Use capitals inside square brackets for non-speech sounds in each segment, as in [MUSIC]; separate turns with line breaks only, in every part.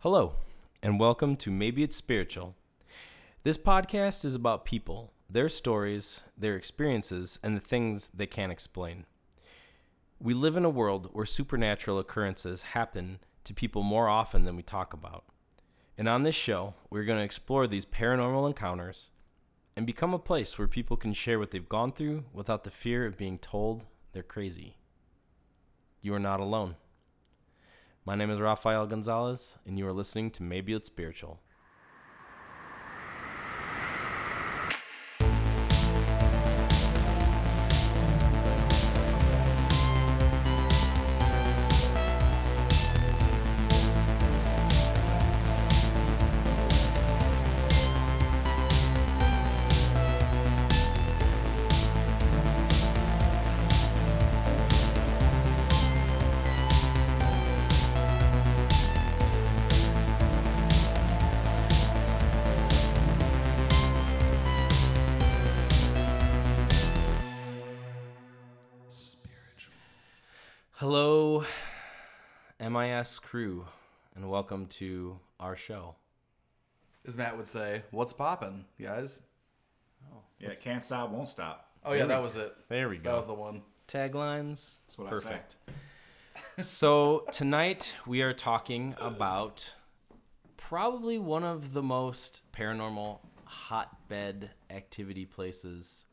Hello, and welcome to Maybe It's Spiritual. This podcast is about people, their stories, their experiences, and the things they can't explain. We live in a world where supernatural occurrences happen to people more often than we talk about. And on this show, we're going to explore these paranormal encounters and become a place where people can share what they've gone through without the fear of being told they're crazy. You are not alone. My name is Rafael Gonzalez, and you are listening to Maybe It's Spiritual. Hello, MIS crew, and welcome to our show.
as Matt would say, "What's poppin', guys?"
Yeah, can't stop, won't stop.
Oh yeah, that was it.
There we
That was the one.
Taglines.
That's what
Perfect. [LAUGHS]
[LAUGHS]
so tonight we are talking about probably one of the most paranormal hotbed activity places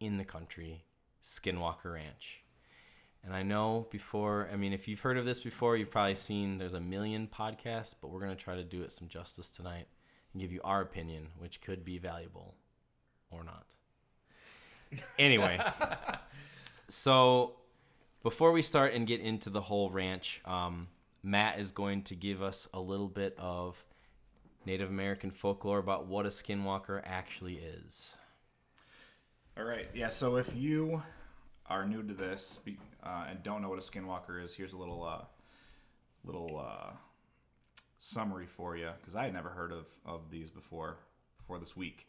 in the country, Skinwalker Ranch. And I know before, I mean, if you've heard of this before, you've probably seen there's a million podcasts, but we're going to try to do it some justice tonight and give you our opinion, which could be valuable or
[LAUGHS]
not. Anyway, so before we start and get into the whole ranch, um, Matt is going to give us a little bit of Native American folklore about what a skinwalker actually is.
say. All right. Yeah, so if you are new to this be- uh, and don't know what a skinwalker is, here's a little uh, little uh, summary for you because I had never heard of, of these before before this week.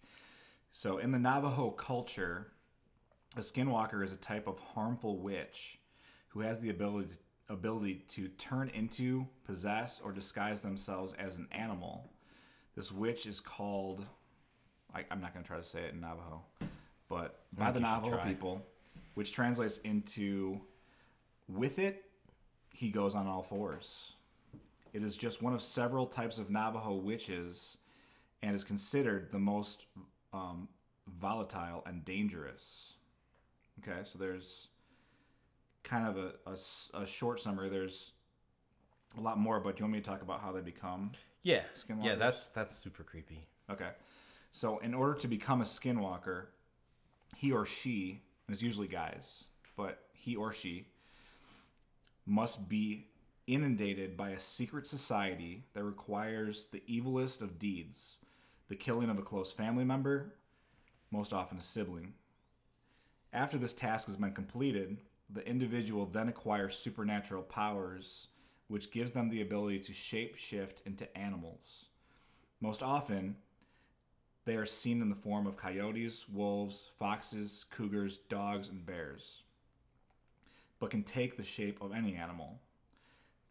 So in the Navajo culture, a skinwalker is a type of harmful witch who has the ability ability to turn into, possess, or disguise themselves as an animal. This witch is called I, I'm not going to try to say it in Navajo, but by
think
the
you should
Navajo
try.
people, which translates into with it, he goes on all fours. It is just one of several types of Navajo witches and is considered the most um, volatile and dangerous. Okay, so there's kind of a, a s- a short summary. There's a lot more, but do you want me to talk about how they become?
Yeah, yeah,
Skinwalkers?
that's that's super creepy.
Okay. So, in order to become a skinwalker, he or she, and it's usually guys, but he or she must be inundated by a secret society that requires the evilest of deeds the killing of a close family member, most often a sibling. After this task has been completed, the individual then acquires supernatural powers, which gives them the ability to shape shift into animals. Most often, they are seen in the form of coyotes, wolves, foxes, cougars, dogs, and bears, but can take the shape of any animal.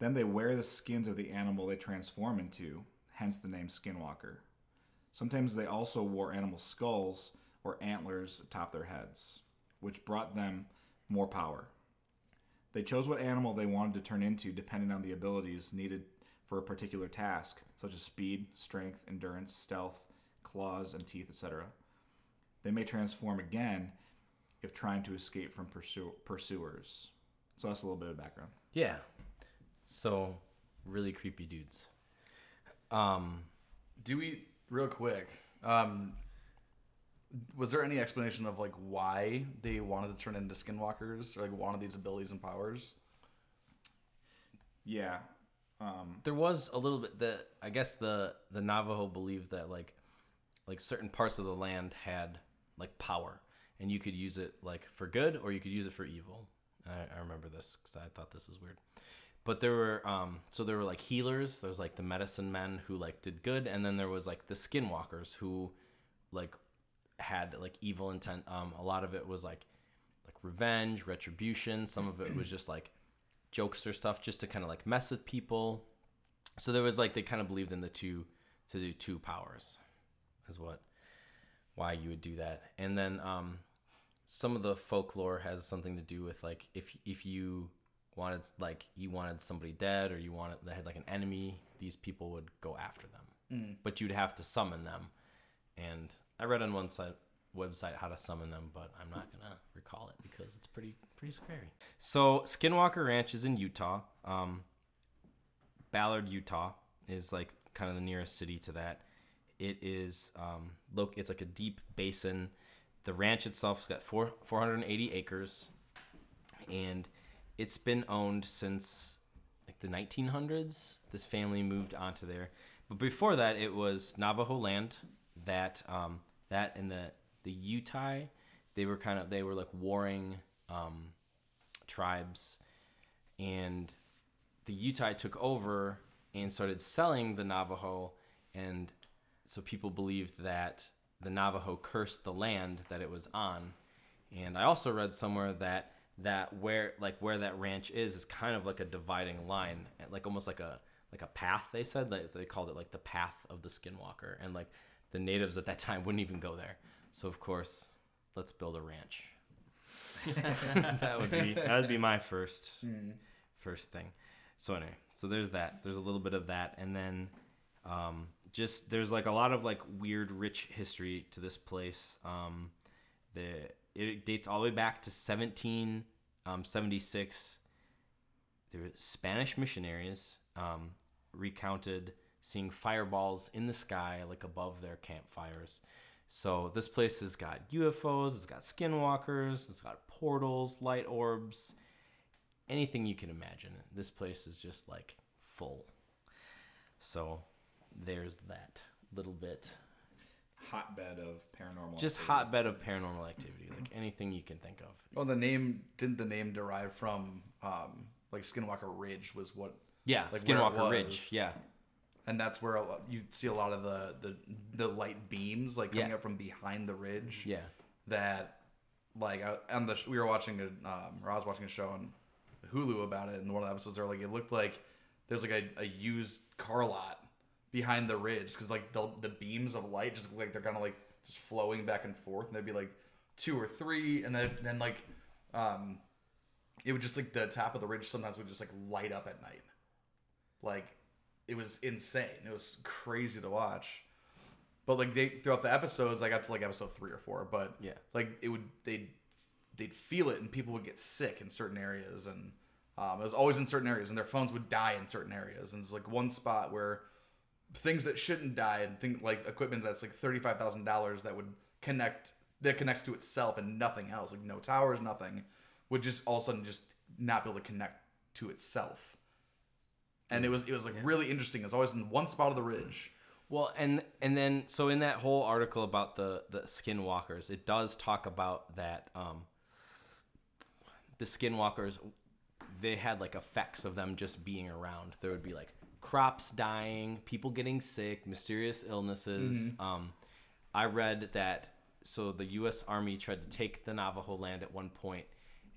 Then they wear the skins of the animal they transform into, hence the name skinwalker. Sometimes they also wore animal skulls or antlers atop their heads, which brought them more power. They chose what animal they wanted to turn into depending on the abilities needed for a particular task, such as speed, strength, endurance, stealth, claws, and teeth, etc. They may transform again if trying to escape from pursu- pursuers. So that's a little bit of background.
Yeah, so really creepy dudes. Um,
Do we real quick? Um, was there any explanation of like why they wanted to turn into skinwalkers or like wanted these abilities and powers?
Yeah. Um,
there was a little bit that I guess the the Navajo believed that like like certain parts of the land had like power, and you could use it like for good or you could use it for evil. I, I remember this because I thought this was weird. But there were um so there were like healers. There was like the medicine men who like did good, and then there was like the skinwalkers who like had like evil intent. Um, a lot of it was like like revenge, retribution. Some of it was just like jokester stuff, just to kind of like mess with people So there was like they kind of believed in the two to do two powers, is what why you would do that. And then um, some of the folklore has something to do with like if if you wanted like you wanted somebody dead or you wanted they had like an enemy, these people would go after them, but you'd have to summon them. And I read on one side website how to summon them, but I'm not gonna recall it because it's pretty pretty scary. So Skinwalker Ranch is in Utah. Um, Ballard, Utah is like kind of the nearest city to that. It is um, look. It's like a deep basin. The ranch itself has got four 480 acres, and it's been owned since like the 1900s. This family moved onto there, but before that, it was Navajo land. That um, that and the the Utah, they were kind of they were like warring um, tribes, and the Utah took over and started selling the Navajo, and so people believed that the Navajo cursed the land that it was on. And I also read somewhere that that where like where that ranch is is kind of like a dividing line, like almost like a like a path. They said like they called it like the path of the skinwalker, and like the natives at that time [LAUGHS] wouldn't even go there. So of course, let's build a ranch. [LAUGHS] that would be that would be my first first thing. So anyway, so there's that. There's a little bit of that, and then um, just there's like a lot of like weird, rich history to this place. Um, the it dates all the way back to 1776. There were Spanish missionaries um, recounted seeing fireballs in the sky, like above their campfires. So this place has got UFOs, it's got skinwalkers, it's got portals, light orbs anything you can imagine. This place is just like full. So there's that little bit.
Hotbed of paranormal.
Just
activity.
hotbed of paranormal activity, like anything you can think of.
Well, the name didn't the name derive from um, like Skinwalker Ridge was what,
Yeah,
Like where it
Skinwalker Ridge.
was.
Yeah,
and that's where a lot, you see a lot of the the, the light beams like coming
Yeah.
up from behind the ridge.
yeah.
that like I, on the sh- we were watching a um, or I was watching a show on Hulu about it, and one of the episodes are like it looked like there's like a, a used car lot behind the ridge because like the the beams of light just look like they're kind of like just flowing back and forth, and there'd be like two or three, and then then like um it would just like the top of the ridge sometimes would just like light up at night, like it was insane, it was crazy to watch. But like they throughout the episodes, I got to like episode three or four, but
Yeah.
like it would they they'd feel it and people would get sick in certain areas and um, it was always in certain areas and their phones would die in certain areas and it's like one spot where things that shouldn't die and think like equipment that's like thirty five thousand dollars that would connect that connects to itself and nothing else like no towers nothing would just all of a sudden just not be able to connect to itself and it
Hmm.
was it was like really interesting it's always in one spot of the ridge
Well, and and then so in that whole article about the the skinwalkers, it does talk about that um the skinwalkers they had like effects of them just being around. There would be like crops dying, people getting sick, mysterious illnesses. Um I read that so the US Army tried to take the Navajo land at one point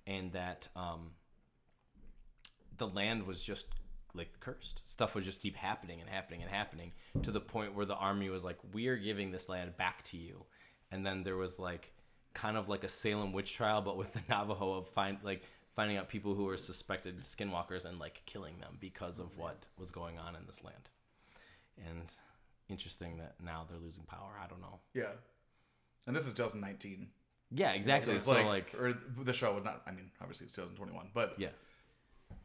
and that um the land was just like cursed. Stuff would just keep happening and happening and happening to the point where the army was like, "We're giving this land back to you." And then there was like kind of like a Salem witch trial, but with the [LAUGHS] Navajo of find like finding out people who were suspected skinwalkers and like killing them because of what was going on in this land. And interesting that now they're losing power. I don't know.
yeah and this is 2019
Yeah, exactly.
it's
So
like,
like,
or the show would not. I mean, obviously it's 2021, but
yeah,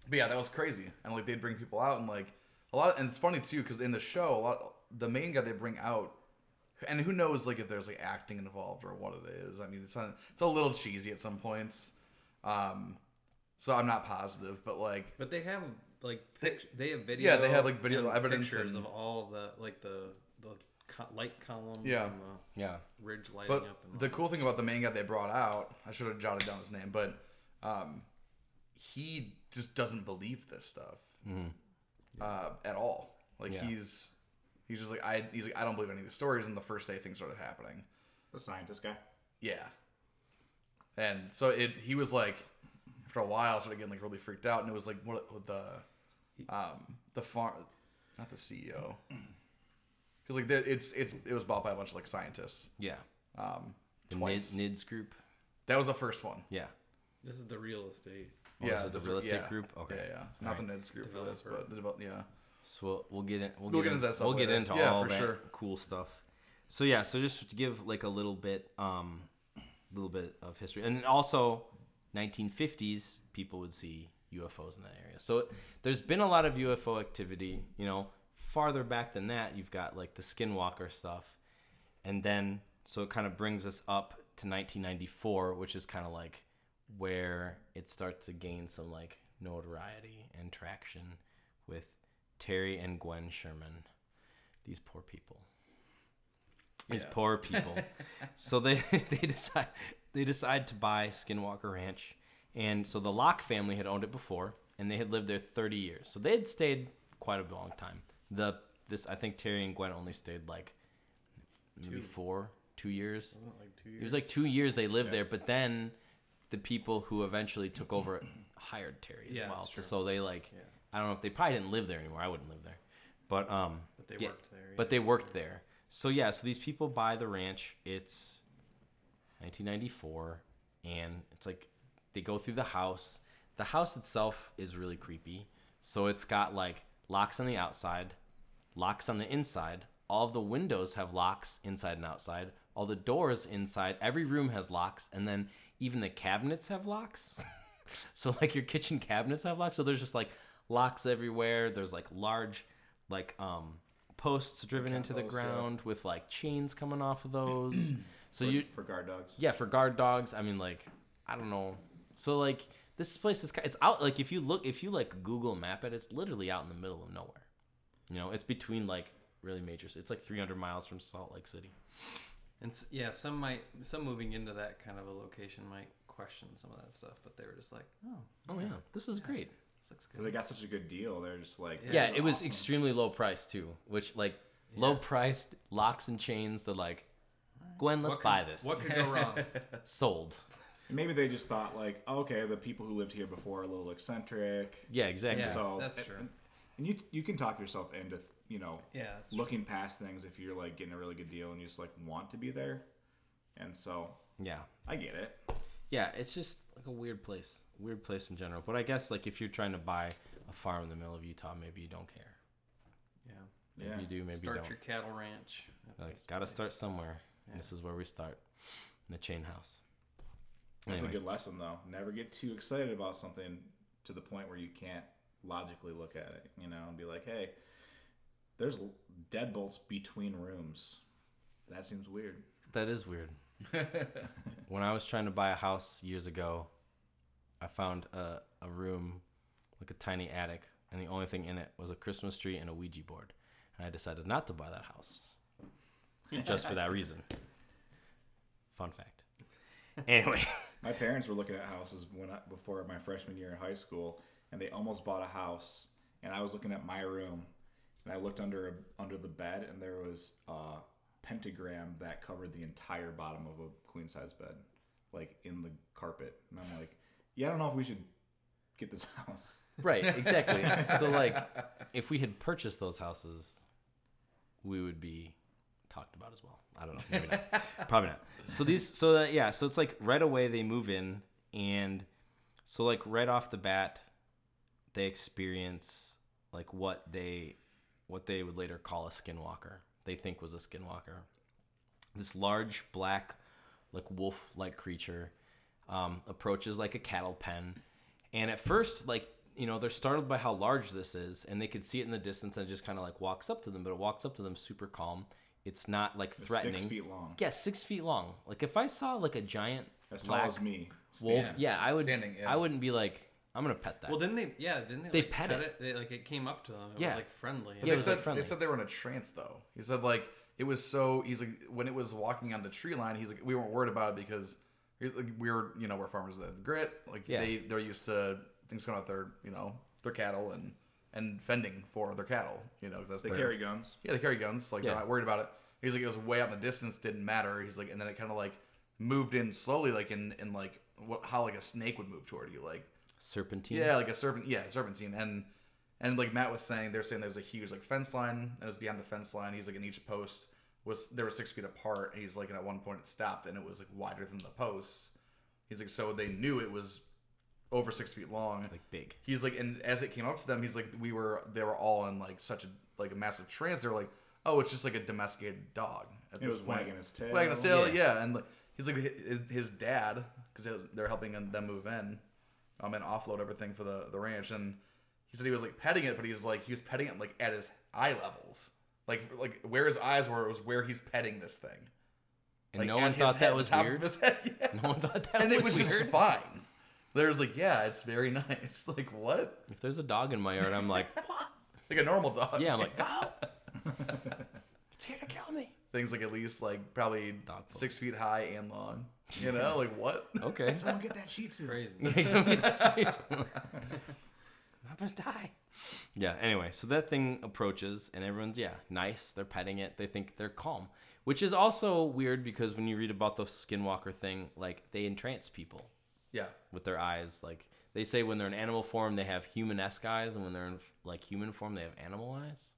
but yeah, that was crazy. And like they'd bring people out and like a lot, and it's funny too because in the show, a lot the main guy they bring out, and who knows like if there's like acting involved or what it is. I mean, it's not, it's a little cheesy at some points. Um, so I'm not positive, but like
But they have like
They-
pict- they, have video.
yeah, they have, like, video
and
evidence
pictures
and-
of all of the like the the co- light columns.
Yeah.
and the
yeah,
ridge lighting
But
up. And
the
all.
cool thing about the main guy they brought out, I should have jotted down his name, but um, he just doesn't believe this stuff uh, at all. Like
Yeah.
he's he's just like I he's like I don't believe any of the stories. And the first day things started happening,
the scientist guy.
yeah. And so it he was like after a while started getting like really freaked out, and it was like what the um the farm. not the CEO. Because like the, it's it's it was bought by a bunch of like scientists.
Yeah.
Um,
The
twice.
Nid, Nids group.
that was the first one.
Yeah.
This is the real estate.
Oh, this is the
this-
real estate
yeah.
group? Okay.
Yeah, yeah. Not the Ned's group for this,
Developer.
but the develop, yeah.
So we'll, we'll get in, we'll,
We'll
get,
get into
in-
that stuff
We'll get
later.
into
Yeah,
all
for
that
sure.
cool stuff. So yeah, so just to give like a little bit, um, little bit of history, and also 1950s people would see UFOs in that area. So there's been a lot of UFO activity. You know, farther back than that, you've got like the Skinwalker stuff, and then so it kind of brings us up to 1994, which is kind of like where it starts to gain some like notoriety and traction with Terry and Gwen Sherman. These poor people. These poor people. so they [LAUGHS] they decide they decide to buy Skinwalker Ranch, and so the Locke family had owned it before, and they had lived there 30 years. So they had stayed quite a long time. The this I think Terry and Gwen only stayed like maybe four two years.
Wasn't it like two years.
It was like two years they lived there, but then the people who eventually took over it hired Terry as
Yeah,
well.
that's true.
So they like, I don't know if they probably didn't live there anymore. I wouldn't live there, but um,
But they
yeah,
worked there.
But
yeah.
they worked there. So yeah, so these people buy the ranch. It's 1994, and it's like they go through the house. The house itself is really creepy. So it's got like locks on the outside, locks on the inside. All of the windows have locks inside and outside. All the doors inside. Every room has locks, and then even the cabinets have locks. So [LAUGHS] like your kitchen cabinets have locks. So there's just like locks everywhere. There's like large like um posts driven into the
Posts, yeah.
ground with like chains coming off [CLEARS THROAT] of those. so you
for guard dogs.
yeah, for guard dogs, I mean like I don't know. So like this place is ki- it's out like if you look if you like Google map it, it's literally out in the middle of nowhere. You know, it's between like really major ci- it's like 300 miles from Salt Lake City.
And s- yeah, some might some moving into that kind of a location might question some of that stuff, but they were just like, oh,
Oh yeah, this is great.
this looks
Because
good.
they got such a good deal, they're just like
Yeah.
yeah,
"This is
it was
awesome."
extremely low priced too, which like low priced locks and chains. They're like, Gwen, let's
What
buy
can-
this.
What could
[LAUGHS]
go wrong?
Sold.
Maybe they just thought like, "Oh, okay, the people who lived here before are a little eccentric,
Yeah, exactly.
Yeah,
So-
that's true.
and you you can talk yourself into you know
Yeah, that's true.
looking past things if you're like getting a really good deal and you just like want to be there, and so
Yeah,
I get it.
yeah. It's just like a weird place, weird place in general. But I guess like if you're trying to buy a farm in the middle of Utah, maybe you don't care.
Yeah.
Maybe
Yeah.
you do, maybe
Start
you don't.
your cattle ranch. at this
Like, gotta
place.
start somewhere. And
Yeah.
This is where we start, in the chain house.
That's
Anyway,
a good lesson though. Never get too excited about something to the point where you can't logically look at it, you know, and be like, hey, there's l- deadbolts between rooms. That seems weird.
that is weird. when I was trying to buy a house years ago, I found a, a room, like a tiny attic, and the only thing in it was a Christmas tree and a Ouija board. And I decided not to buy that house just for that reason. Fun fact. Anyway,
My parents were looking at houses when I, before my freshman year in high school, and they almost bought a house. And I was looking at my room, and I looked under a, under the bed, and there was a pentagram that covered the entire bottom of a queen size bed, like in the carpet. And I'm like, yeah, I don't know if we should get this [LAUGHS] house.
right, exactly. So, like, if we had purchased those houses, we would be talked about as well. I don't know. Maybe not. Probably not. So these, so that yeah, so it's like right away they move in, and so like right off the bat, they experience like what they, what they would later call a skinwalker. They think was a skinwalker, this large black, like wolf-like creature, um, approaches like a cattle pen, and at first like. You know, they're startled by how large this is, and they could see it in the distance and it just kind of like walks up to them, but it walks up to them super calm. It's not like threatening.
Six feet long.
Yeah, six feet long. Like if I saw like a giant
As tall
black
as me.
wolf,
Standing.
yeah, I would.
Standing, yeah.
I wouldn't be like, I'm gonna pet that.
Well, didn't they? Yeah, didn't they?
They
like,
pet it.
They like it came up to them. It
Yeah.
was like friendly.
Yeah, it
They
was,
said,
like, friendly.
they said they were in a trance though. He said like it was so he's like when it was walking on the tree line, he's like we weren't worried about it because he's like, we were you know we're farmers that have grit like
Yeah.
they they're used to things coming out their you know their cattle and and fending for their cattle you know 'cause that's
They
their-
carry guns.
yeah they carry guns like
Yeah.
they're not worried about it. He's like it was way out in the distance didn't matter. He's like and then it kind of like moved in slowly like in in like what how like a snake would move toward you like
Serpentine.
yeah, like a serpent. Yeah, serpentine, and And like Matt was saying, they're saying there was a huge like fence line, and it was beyond the fence line. He's like in each post was they were six feet apart. And he's like, and at one point it stopped, and it was like wider than the posts. He's like, so they knew it was over six feet long.
like big.
He's like, and as it came up to them, he's like, we were, they were all in like such a like a massive trance. They were like, oh, it's just like a domesticated dog. At
It
this
was
point.
wagging its tail.
Wagging its tail,
Yeah.
yeah. And like, he's like, hi- his dad, because they're helping them move in, um, and offload everything for the the ranch. And he said he was like petting it, but he's like he was petting it like at his eye levels, like like where his eyes were was where he's petting this thing.
And
Like,
no
at
one
his
thought
head,
that was
top of
weird.
his head, [LAUGHS] yeah.
[LAUGHS] No one thought that
and
was,
it was
weird.
just fine. There's like, yeah, it's very [LAUGHS] nice. Like what?
If there's a dog in my yard, I'm like, [LAUGHS]
like a normal dog.
yeah, I'm
[LAUGHS]
like, go. it's here to kill me.
things like at least like probably
Dog food.
six feet high and long. You know, like what?
Okay. [LAUGHS]
Someone get that Shih Tzu.
[LAUGHS] Crazy.
I must die. Yeah, anyway, so that thing approaches and everyone's, yeah, nice. They're petting it. They think they're calm, which is also weird because when you read about the skinwalker thing, like they entrance people
[LAUGHS] Yeah,
with their eyes. Like they say when they're in animal form, they have human esque eyes, and when they're in like human form, they have animal eyes.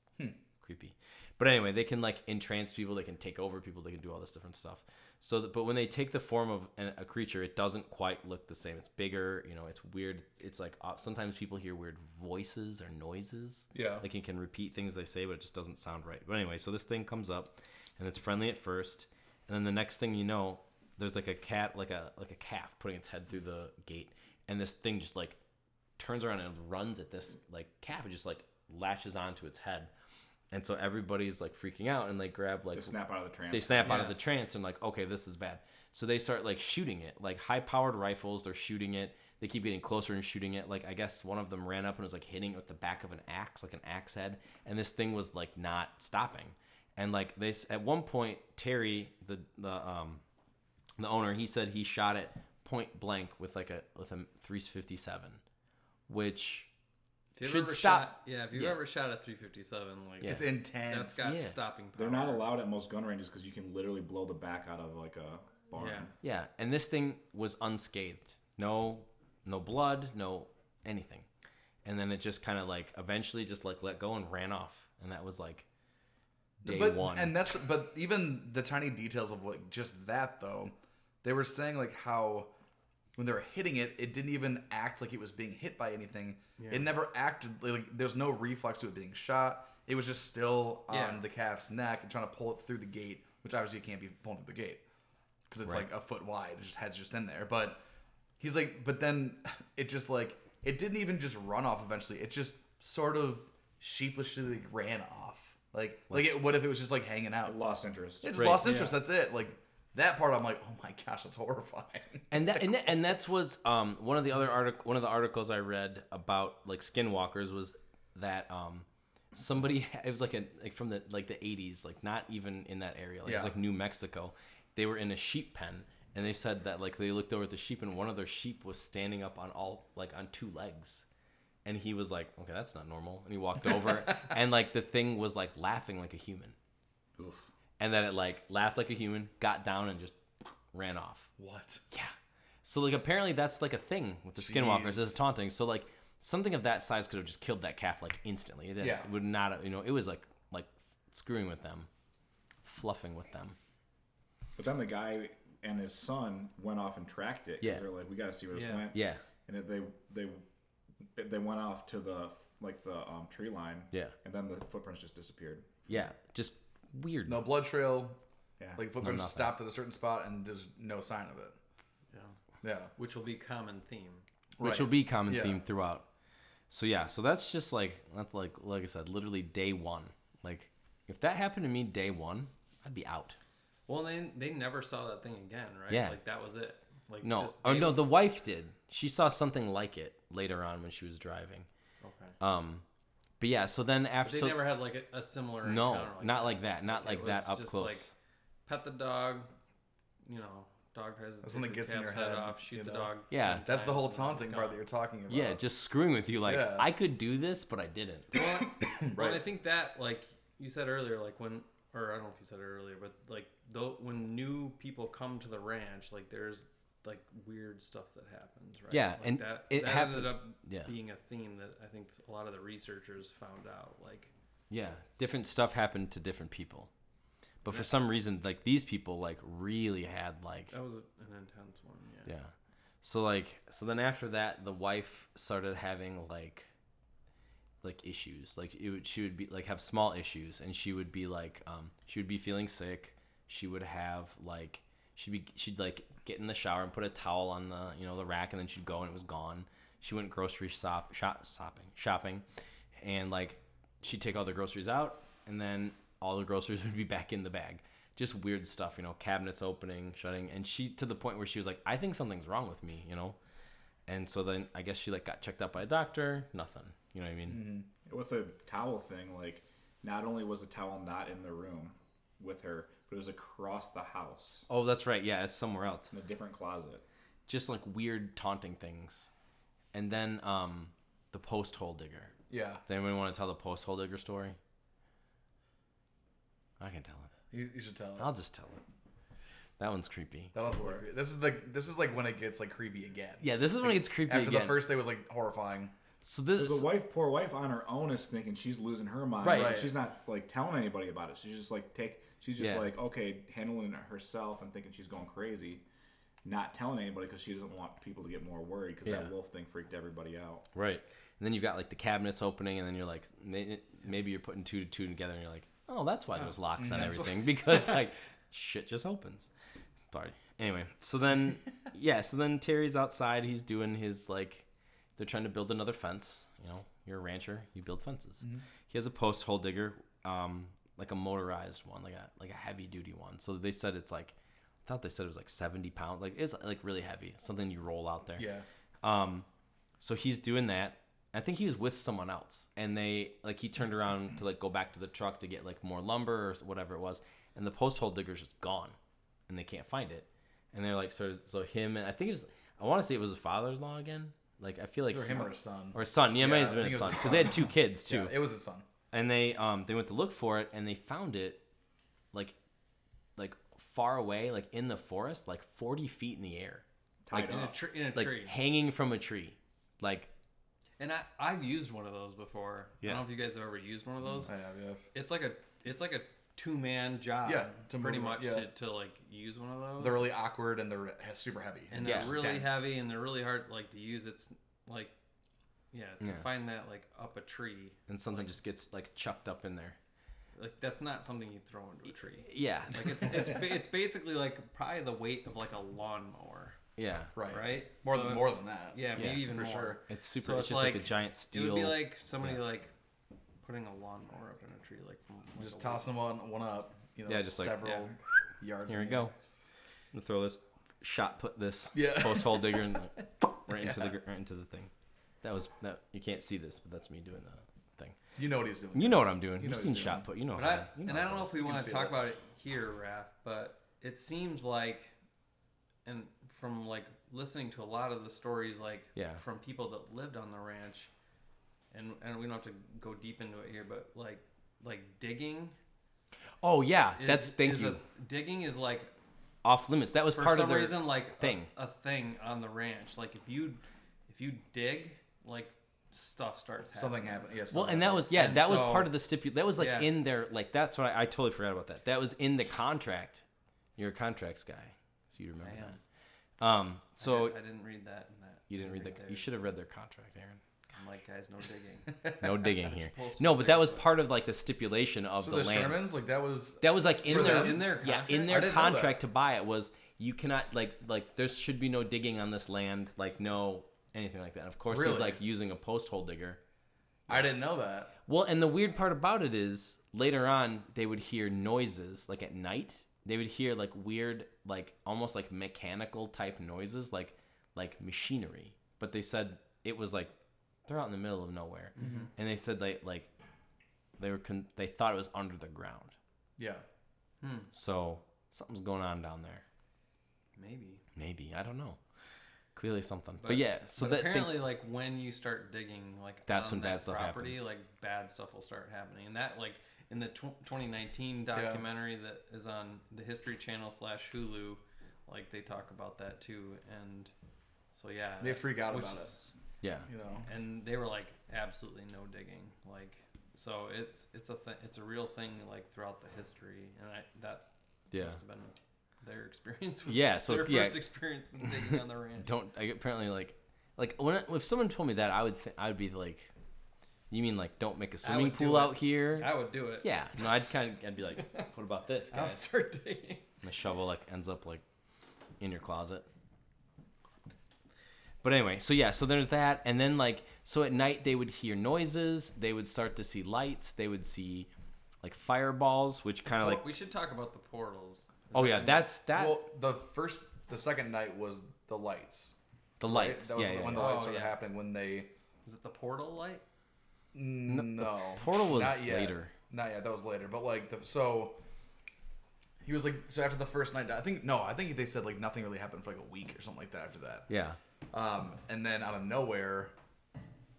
Creepy. But anyway, they can like entrance people. They can take over people. They can do all this different stuff. So, that, but when they take the form of an, a creature, it doesn't quite look the same. It's bigger. You know, it's weird. It's like uh, sometimes people hear weird voices or noises.
yeah.
Like it can repeat things they say, but it just doesn't sound right. But anyway, so this thing comes up, and it's friendly at first, and then the next thing you know, there's like a cat, like a like a calf putting its head through the gate, and this thing just like turns around and runs at this like calf. It just like latches onto its head, and so everybody's like freaking out, and they grab like
They snap out of the trance.
they snap out of
Yeah.
the trance and like okay this is bad so they start like shooting it like high powered rifles they're shooting it they keep getting closer and shooting it like i guess one of them ran up and was like hitting it with the back of an axe like an axe head and this thing was like not stopping and like this at one point terry the the um the owner he said he shot it point blank with like a with a 357 which
If you've
Should
ever
stop-
shot, yeah, if you've
yeah.
ever shot at 357, like
Yeah.
It's
that's
intense.
got
Yeah.
stopping power.
They're not allowed at most gun ranges because you can literally blow the back out of like a barn.
Yeah.
Yeah, and this thing was unscathed. No, no blood, no anything. And then it just kind of like eventually just like let go and ran off, and that was like day
but,
one.
And that's but even the tiny details of like just that though, they were saying like how when they were hitting it, it didn't even act like it was being hit by anything. It never acted like there's no reflex to it being shot. It was just still on
Yeah.
the calf's neck and trying to pull it through the gate, which obviously it can't be pulled through the gate because it's
Right.
like a foot wide. It just head's just in there. But he's like, but then [LAUGHS] it just like it didn't even just run off. Eventually, it just sort of sheepishly like, ran off. Like like it, what if it was just like hanging out?
I lost interest.
It just
Right,
lost interest. That's it. Like that part, I'm like, oh my gosh, that's horrifying. [LAUGHS]
and that and, that, and that's was um one of the other artic one of the articles I read about like skinwalkers was that um somebody [LAUGHS] it was like a like from the like the eighties like not even in that area like it
Yeah.
was like New Mexico they were in a sheep pen and they said that like they looked over at the sheep and one of their sheep was standing up on all like on two legs and he was like okay that's not normal and he walked over and like the thing was like laughing like a human
Oof.
and then it like laughed like a human got down and just ran off
what?
yeah. So like apparently that's like a thing with the skinwalkers.
Jeez.
It's taunting. So like something of that size could have just killed that calf like instantly. It, didn't-
Yeah.
it would not have, you know, it was like like screwing with them, fluffing with them.
But then the guy and his son went off and tracked it. 'cause
Yeah.
They're like, we got to see where this
Yeah.
went.
Yeah.
And it, they they they went off to the like the um, tree line.
Yeah.
And then the footprints just disappeared.
Yeah. Just weird.
No blood trail.
Yeah.
Like footprints
nothing.
stopped at a certain spot and there's no sign of it.
Yeah.
Yeah.
Which will be common theme.
which
Right.
will be common
Yeah.
theme throughout. So yeah, so that's just like that's like like I said, literally day one. Like if that happened to me day one, I'd be out.
Well, they they never saw that thing again, right?
Yeah.
Like that was it. Like
No,
just
oh
they-
no, the wife did. She saw something like it later on when she was driving.
Okay.
Um, but yeah, so then after
They
so-
never had like a, a similar.
No,
encounter like
not
that.
like that. Not
It
like that
was
up
just
close.
Like, pet the dog. You know, dog tries to
That's
take
when it
the
gets in
calf's
your
head,
head,
off, shoot
you
the
know?
dog.
Yeah.
ten
That's the
times,
whole
and then it's
taunting
gone.
part that you're talking about.
yeah, just screwing with you. Like
Yeah.
I could do this, but I didn't.
[COUGHS] Well, well, and I
Right.
think that like you said earlier, like when or I don't know if you said it earlier, but like though when new people come to the ranch, like there's like weird stuff that happens, right?
Yeah,
Like,
and
that,
it
that
happened-
ended up
yeah.
being a theme that I think a lot of the researchers found out. Like,
Yeah, different stuff happened to different people, but for some reason, like these people, like really had like
that was an intense one. Yeah.
yeah. So like so then after that, the wife started having like like issues. Like it would, she would be like have small issues, and she would be like um she would be feeling sick. She would have like she'd be she'd like get in the shower and put a towel on the you know the rack, and then she'd go and it was gone. She went grocery shop shop shopping shopping, and like she'd take all the groceries out, and then all the groceries [LAUGHS] would be back in the bag. Just weird stuff, you know, cabinets opening, shutting, and she to the point where she was like, I think something's wrong with me, you know. And so then I guess she like got checked out by a doctor. Nothing, you know what I mean?
with the towel thing, like not only was the towel not in the room with her, but it was across the house
Oh, that's right. Yeah, it's somewhere else.
in a different closet.
Just like weird taunting things. And then um the post hole digger.
Yeah.
Does anyone want to tell the post hole digger story? I can tell it.
You, you should tell. it.
I'll just tell it. That one's creepy.
That was weird. This is like this is like when it gets like creepy again.
Yeah, this is when it gets creepy
After
again.
the first day was like horrifying.
so
The
this
wife, poor wife, on her own is thinking she's losing her mind.
Right.
but She's not like telling anybody about it. She's just like take. She's just
Yeah.
like okay, handling it herself and thinking she's going crazy, not telling anybody because she doesn't want people to get more worried because
Yeah.
that wolf thing freaked everybody out.
right, and then you've got like the cabinets opening, and then you're like, may- maybe you're putting two to two together, and you're like, oh, that's why there's locks on everything [LAUGHS] because like shit just opens. Sorry. Anyway, so [LAUGHS] then yeah, so then Terry's outside. He's doing his like, they're trying to build another fence. You know, you're a rancher, you build fences. He has a post hole digger, um, like a motorized one, like a like a heavy duty one. So they said it's like, I thought they said it was like 70 pounds. Like it's like really heavy, something you roll out there.
Yeah.
Um, so he's doing that. I think he was with someone else, and they like he turned around to like go back to the truck to get like more lumber or whatever it was, and the post hole digger's just gone, and they can't find it, and they're like so so him and I think it was I want to say it was his father-in-law again. Like I feel like
Or him or his son.
or his son. Yeah, it might
Yeah,
have
I
been
think
his
it was
son
his
because they had two kids too,
Yeah, it was his son.
and they um they went to look for it and they found it, like, like far away, like in the forest, like forty feet in the air,
Tied
In a,
up.
tr- in a
like
tree.
hanging from a tree, like
And I, I've used one of those before. I
Yeah. Mm-hmm.
don't know if you guys have ever used one of those.
I have, yeah.
It's like a it's like a two man job.
Yeah, to
pretty
move it,
much
yeah.
to, to like use one of those.
They're really awkward and they're he- super heavy.
and
Yeah.
they're really
dense.
heavy and they're really hard like to use. It's like yeah to
Yeah.
find that like up a tree
and something just gets like chucked up in there.
like that's not something you throw into
[LAUGHS]
a tree.
Yeah,
[LAUGHS] Like it's it's ba- it's basically like probably the weight of like a lawnmower,
yeah.
right.
right?
More
So
than more than that.
Yeah,
Yeah,
maybe even
for
more.
sure.
It's super.
So
it's,
it's
just like, a
like-
giant steel.
It would be like somebody
yeah.
like putting a lawnmower up in a tree, like from like
Just
a
toss them one one up. You know,
Yeah, just like-
several
Yeah.
yards.
here we
in the air.
go. I'm gonna throw this shot put this
Yeah.
[LAUGHS] post hole digger
[LAUGHS]
and like, right into the gr- right into the thing. That was that you can't see this, but that's me doing the thing.
You know what he's doing.
You know what I'm doing. You
You know
have
what
seen
he's
shot put. You know.
But
how
I,
that- you
and
how
I
that
don't know
is.
if we want to
feel
talk
it.
about it here, Raph, but it seems like, and from like listening to a lot of the stories, like
Yeah.
from people that lived on the ranch, and and we don't have to go deep into it here, but like like digging.
Oh yeah,
Is,
that's thank
is
you.
A, digging is like
Off limits. That was
for
part
some
of the
reason like
thing.
A, a thing on the ranch. Like if you if you dig, like stuff starts
doing.
happening.
Something happened. Yeah,
Well,
something
and that was yeah,
And
that was
so-
part of the stipulation. That was like
Yeah.
in their like that's what I, I totally forgot about that. That was in the contract. You're a contracts guy, so you remember
I am.
that. Um, so
I, did, I didn't read that. In that
you didn't read the
that.
you should have read their contract, Aaron.
I'm like, guys, no digging.
[LAUGHS] No digging here.
supposed to
No,
be
but that
there,
was
but-
part of like the stipulation of
So
the,
the,
land.
Shermans, like that was
That was like in
For
their
them? In
their
yeah in
contract?
I
their
didn't know that.
contract to buy it was you cannot like like there should be no digging on this land like no anything like that. Of course, he's
Really?
like using a post hole digger.
I didn't know that.
Well, and the weird part about it is later on they would hear noises like at night. They would hear like weird like almost like mechanical type noises like like machinery. But they said it was like they're out in the middle of nowhere.
Mm-hmm.
And they said they like they were con- they thought it was under the ground.
Yeah.
Hmm.
So something's going on down there.
Maybe.
Maybe, I don't know. Clearly something. But,
But-
yeah, so
So
that thing-
apparently, like when you start digging, like
That's
on
when bad
that
stuff
property,
happens.
Like bad stuff will start happening, and that like in the tw- 2019 documentary that is on the History Channel slash Hulu, Like they talk about that too, and so yeah,
They freak out
which
about
is-
Yeah.
You know,
and they were like absolutely no digging like so it's it's a th- it's a real thing like throughout the history and i that
Yeah.
must have been their [LAUGHS] experience with
Yeah, so
their
yeah.
first experience with
[LAUGHS]
digging on the ranch
Don't I apparently like like when if someone told me that I would th- I would be like you mean like don't make a swimming
would do
pool
it.
out here?
i would do it
yeah. No, I'd kind of I'd
[LAUGHS]
be like what about this
i would
guys?
start digging
And the shovel like ends up like in your closet. But anyway, so yeah, so there's that, and then like so at night they would hear noises, they would start to see lights, they would see like fireballs, which kind of [LAUGHS] like
we should talk about the portals
oh yeah, that's that
well, the first, the second night was the lights.
the
right?
lights,
That was
yeah,
the,
yeah,
when
yeah.
the lights
Oh,
started
yeah.
happening. When they
is it the portal light
no,
portal was
Not yet.
later.
Not yet. That was later. But like, the, so he was like, so after the first night, I think no, I think they said like nothing really happened for like a week or something like that after that.
yeah.
Um, and then out of nowhere,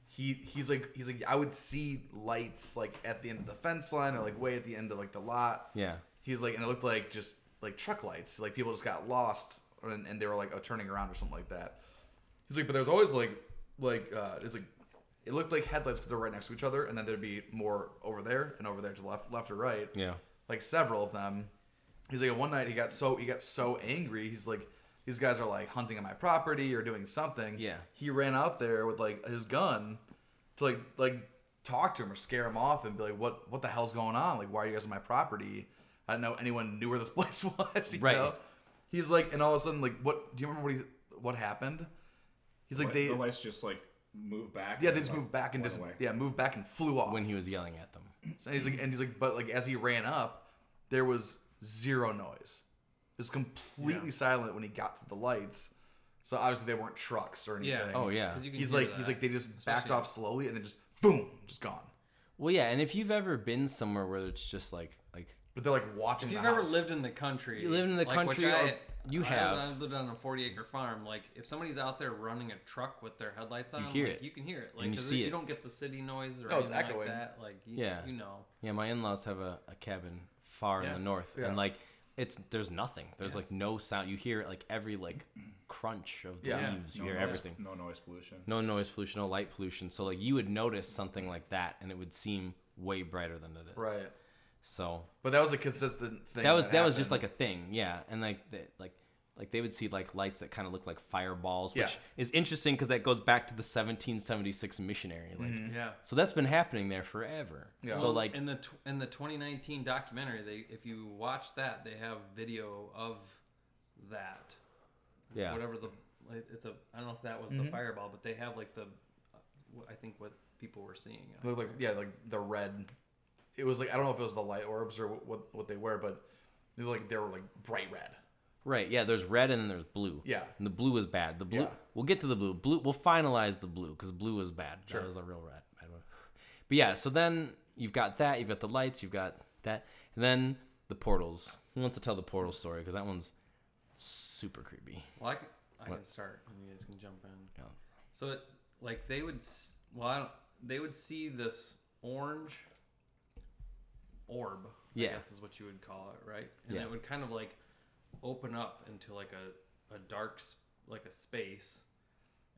he he's like he's like I would see lights like at the end of the fence line or like way at the end of like the lot.
Yeah.
He's like, and it looked like just like truck lights. Like people just got lost and, and they were like oh, turning around or something like that. He's like, but there was always like like uh, it's like it looked like headlights because they're right next to each other, and then there'd be more over there and over there to the left, left or right
Yeah.
like several of them. He's like, one night he got so he got so angry. He's like, these guys are like hunting on my property or doing something.
Yeah.
He ran out there with like his gun to like like talk to him or scare him off and be like, what what the hell's going on? Like, why are you guys on my property? I didn't know anyone knew where this [LAUGHS] place was. You
Right.
Know? He's like, and all of a sudden, like, what? Do you remember what he what happened? He's like, they
the lights just like move back.
yeah
and,
they just
like,
moved back and
went
just
away.
yeah moved back and flew off.
When he was yelling at them.
And he's like, and he's like, but like as he ran up, there was zero noise. It was completely silent when he got to the lights. So obviously they weren't trucks or anything.
Yeah.
Oh yeah.
'Cause you can
He's
hear
like, he's
that.
like, they just backed
Especially-
off slowly and then just boom, just gone.
Well yeah, and if you've ever been somewhere where it's just like like
But they're like watching.
if
the
you've ever
house.
lived in the country
You live in the
like, which
country
I-
or you
I
have.
lived- I lived on a 40 acre farm like if somebody's out there running a truck with their headlights on
hear
like,
it.
you can hear it like
And you
'cause
see
you
it.
don't get the city noise or
No, it's
anything
echoing.
like that like you,
Yeah.
you know
yeah, my in laws have a, a cabin far in
Yeah.
the north
Yeah.
and like it's there's nothing. There's like no sound. You hear like every like crunch of the
Yeah.
leaves. You
No
hear
noise-
everything.
No noise pollution.
No noise pollution, no light pollution. So like you would notice something like that and it would seem way brighter than it is.
Right.
So
But that was a consistent thing.
that was that, was
happened.
just like a thing, yeah. And like they, like like they would see like lights that kind of look like fireballs, which
Yeah.
is interesting because that goes back to the 1776 missionary. Like
Mm-hmm.
yeah
so that's been happening there forever.
Yeah.
So
Well,
like
in the tw- in the 2019 documentary, they if you watch that, they have video of that.
yeah, Mm-hmm.
Whatever the like, it's a I don't know if that was the fireball, but they have like the uh, wh- I think what people were seeing.
It looked like yeah, like the red. It was like I don't know if it was the light orbs or what what, what they were, but they were like they were like bright red.
right, yeah. There's red and then there's blue.
Yeah.
and the blue is bad. The blue.
Yeah.
We'll get to the blue. Blue. We'll finalize the blue because blue is bad. That was a real red. bad one. But yeah, so then you've got that. You've got the lights. You've got that. And then the portals. Who wants to tell the portal story? Because that one's super creepy.
Well, I can, I can start, and you guys can jump in.
Yeah.
So it's like they would s- well I don't, they would see this orange orb.
Yeah.
I guess is what you would call it, right? And
Yeah.
it would kind of like open up into like a a dark s- like a space,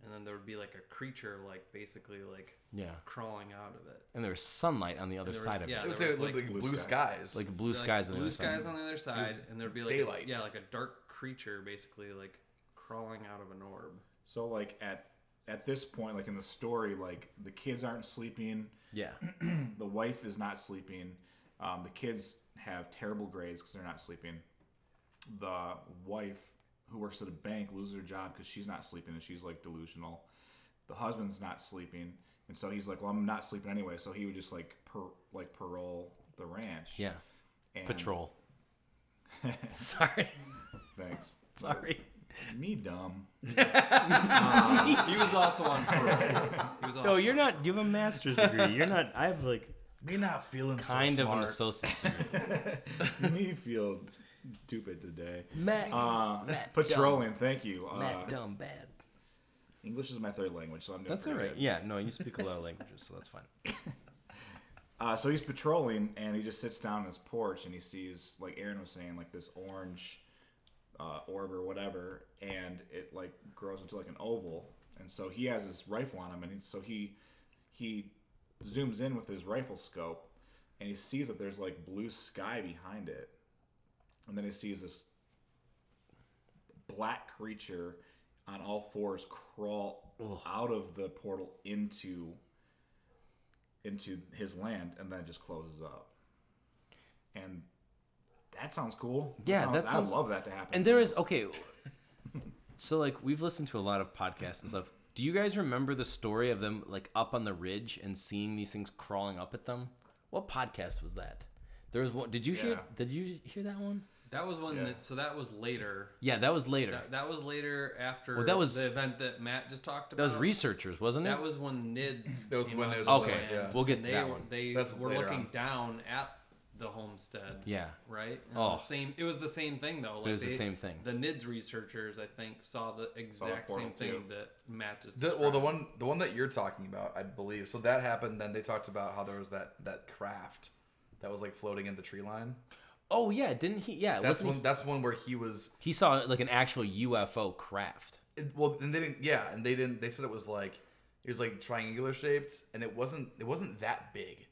and then there would be like a creature like basically like
Yeah.
crawling out of it.
And there's sunlight on the other
And there was-
side of
yeah,
it.
It
there
was, like, it looked
was,
like,
blue
blue
sky.
skies.
Like blue
like,
skies on the
blue
other
skies
side.
on the other side, and there'd be like a-
daylight.
yeah, like a dark creature basically like crawling out of an orb.
So like at at this point, like in the story, like the kids aren't sleeping,
Yeah.
the wife is not sleeping, um, the kids have terrible grades because they're not sleeping. The wife who works at a bank loses her job because she's not sleeping and she's like delusional. The husband's not sleeping, and so he's like, "Well, I'm not sleeping anyway." So he would just like per like parole the ranch.
Yeah.
and,
Patrol. [LAUGHS] Sorry.
Thanks.
Sorry.
Me dumb.
He was also on [LAUGHS] parole. He was also
No, you're not. You have a master's degree. You're not. I have like
me not
[LAUGHS]
feeling
kind
so
of an
smart.
associate's degree.
Me feel stupid today.
[LAUGHS] Matt.
Uh, patrolling. Thank you. Uh,
dumb bad.
English is my third language, so I'm doing
That's all
pretty
right.
good.
Yeah. No, you speak a [LAUGHS] lot of languages, so that's fine.
Uh, so he's patrolling, and he just sits down on his porch, and he sees, like Aaron was saying, like this orange uh, orb or whatever, and it like grows into like an oval. And so he has his rifle on him, and he, so he he zooms in with his rifle scope, and he sees that there's like blue sky behind it, and then he sees this black creature on all fours crawl out of the portal into into his land, and then it just closes up. And that sounds cool.
Yeah,
sound-
that sounds-
I love that to happen.
And there is okay. [LAUGHS] so like we've listened to a lot of podcasts and stuff. Do you guys remember the story of them like up on the ridge and seeing these things crawling up at them? What podcast was that? There was one. Did you hear?
Yeah.
Did you hear that one?
That was one
Yeah.
that. So that was later.
Yeah, that was later.
That,
That,
that was later after
Well, that was-
the event that Matt just talked about.
was researchers, wasn't it?
That was when Nids.
That was
came
when
up
Nids
to
was
Okay,
land,
yeah.
we'll get
and
to
they
that
were,
one.
They
That's
were
later
looking
on.
down at the homestead.
yeah.
Right. And
Oh.
The same. It was the same thing though. Like
was the
they-
same thing.
The Nids researchers, I think, saw the exact
portal,
same thing
too.
that Matt just.
The, well, the
described.
one the one that you're talking about, I believe. So that happened. Then they talked about how there was that that craft that was like floating in the tree line.
Oh yeah, didn't he? Yeah,
That's
wasn't e-
one. That's one where he was.
he, he saw like an actual UFO craft.
it- Well, and they didn't. Yeah, and they didn't. They said it was like it was like triangular shaped, and it wasn't. It wasn't that big.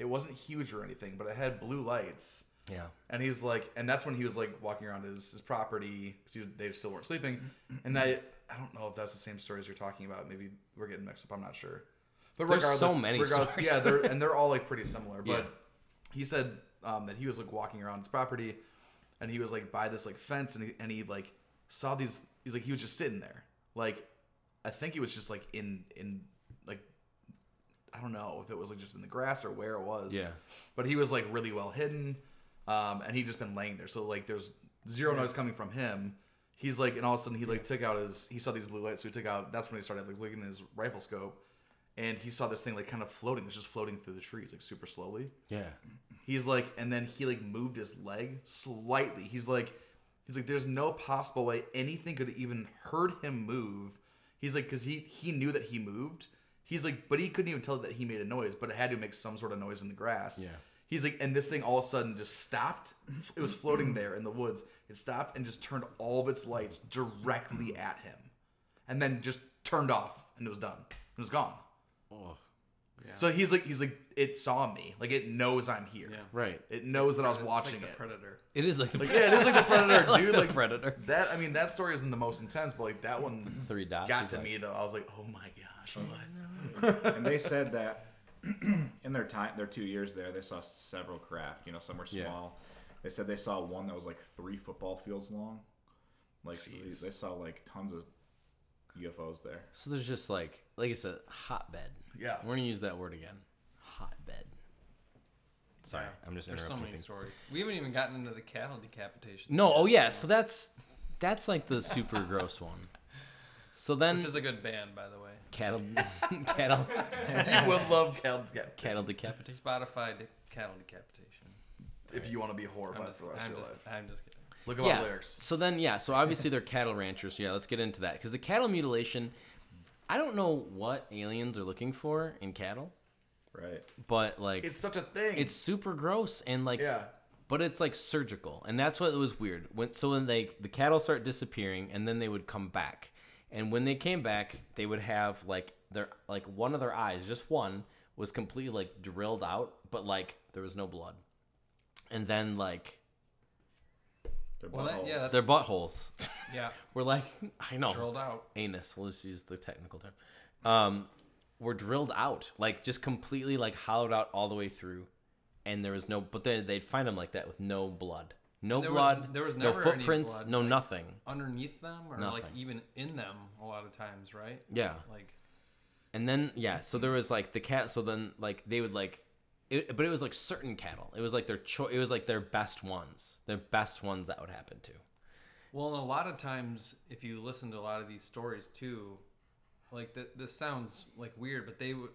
It wasn't huge or anything, but it had blue lights.
Yeah.
And he's like, and that's when he was like walking around his, his property because they still weren't sleeping.
[CLEARS THROAT]
And I I don't know if that's the same stories you're talking about. Maybe we're getting mixed up. I'm not sure. But
There's
regardless,
so many
regardless,
stories.
yeah, they're, and they're all like
[LAUGHS]
pretty similar. But
Yeah.
he said um, that he was like walking around his property, and he was like by this like fence, and he, and he like saw these. He's like he was just sitting there, like I think he was just like in in like I don't know if it was like just in the grass or where it was.
Yeah.
But he was like really well hidden, um, and he just been laying there. So like there's zero noise coming from him. He's like, and all of a sudden he like took out his. He saw these blue lights, so he took out. That's when he started like looking at his rifle scope, and he saw this thing like kind of floating. It's just floating through the trees like super slowly.
Yeah.
He's like, and then he like moved his leg slightly. He's like, he's like, there's no possible way anything could have even heard him move. He's like, because he he knew that he moved. He's like, but he couldn't even tell that he made a noise, but it had to make some sort of noise in the grass.
Yeah.
He's like, and this thing all of a sudden just stopped. It was floating there in the woods. It stopped and just turned all of its lights directly at him, and then just turned off and it was done. It was gone.
Oh.
So he's like, he's like, it saw me. Like it knows I'm here.
Yeah.
Right.
It knows that I was
It's
watching
like the
it.
Predator.
It is like the
Like, yeah, it is like
[LAUGHS]
the predator,
Like
dude.
the
like
Predator.
That I mean, that story isn't the most intense, but like that
[LAUGHS]
one
three dots.
got
is
to
like-
me though. I was like, oh my gosh. what?
and they said that [CLEARS THROAT] in their time, their two years there, they saw several craft. You know, some were small.
Yeah.
They said they saw one that was like three football fields long. Like they saw like tons of UFOs there.
So there's just like, like I said, hotbed.
Yeah.
We're gonna use that word again. Hotbed. Sorry,
Yeah.
I'm just
There's so
interrupting.
many
things.
stories. We haven't even gotten into the cattle decapitation.
No,
yet,
oh yeah, so that's that's like the super gross one. So then
Which is a good band, by the way.
cattle, [LAUGHS] cattle,
You
[LAUGHS]
would love Cal. Yeah,
cattle decapitation.
Spotify de- cattle decapitation.
if you want to be
I'm
horrified
just,
for the rest
I'm
of your
just, [LAUGHS]
life.
I'm just kidding.
Look at
Yeah.
my lyrics.
So then, yeah. So obviously they're cattle ranchers. So yeah, let's get into that because the cattle mutilation. I don't know what aliens are looking for in cattle,
Right.
but like
It's such a thing.
it's super gross and like
yeah.
but it's like surgical and that's what was weird when so when they the cattle start disappearing and then they would come back and when they came back they would have like their like one of their eyes just one was completely like drilled out but like there was no blood and then like
They're
Well, that, yeah,
buttholes.
that's,
their buttholes
yeah,
were like [LAUGHS] i know
drilled out.
anus we'll just use the technical term um were drilled out like just completely like hollowed out all the way through and there was no but then they'd find them like that with no blood no
There was-
blood
there was
no
never any
footprints
blood,
no
like-
nothing
Underneath them, or like
Nothing.
even in them, a lot of times, right?
yeah
Like
and then yeah so there was like the cat so then like they would like it, but it was like certain cattle it was like their cho- it was like their best ones their best ones that would happen to
Well, and a lot of times, if you listen to a lot of these stories too, like th- this sounds like weird, but they would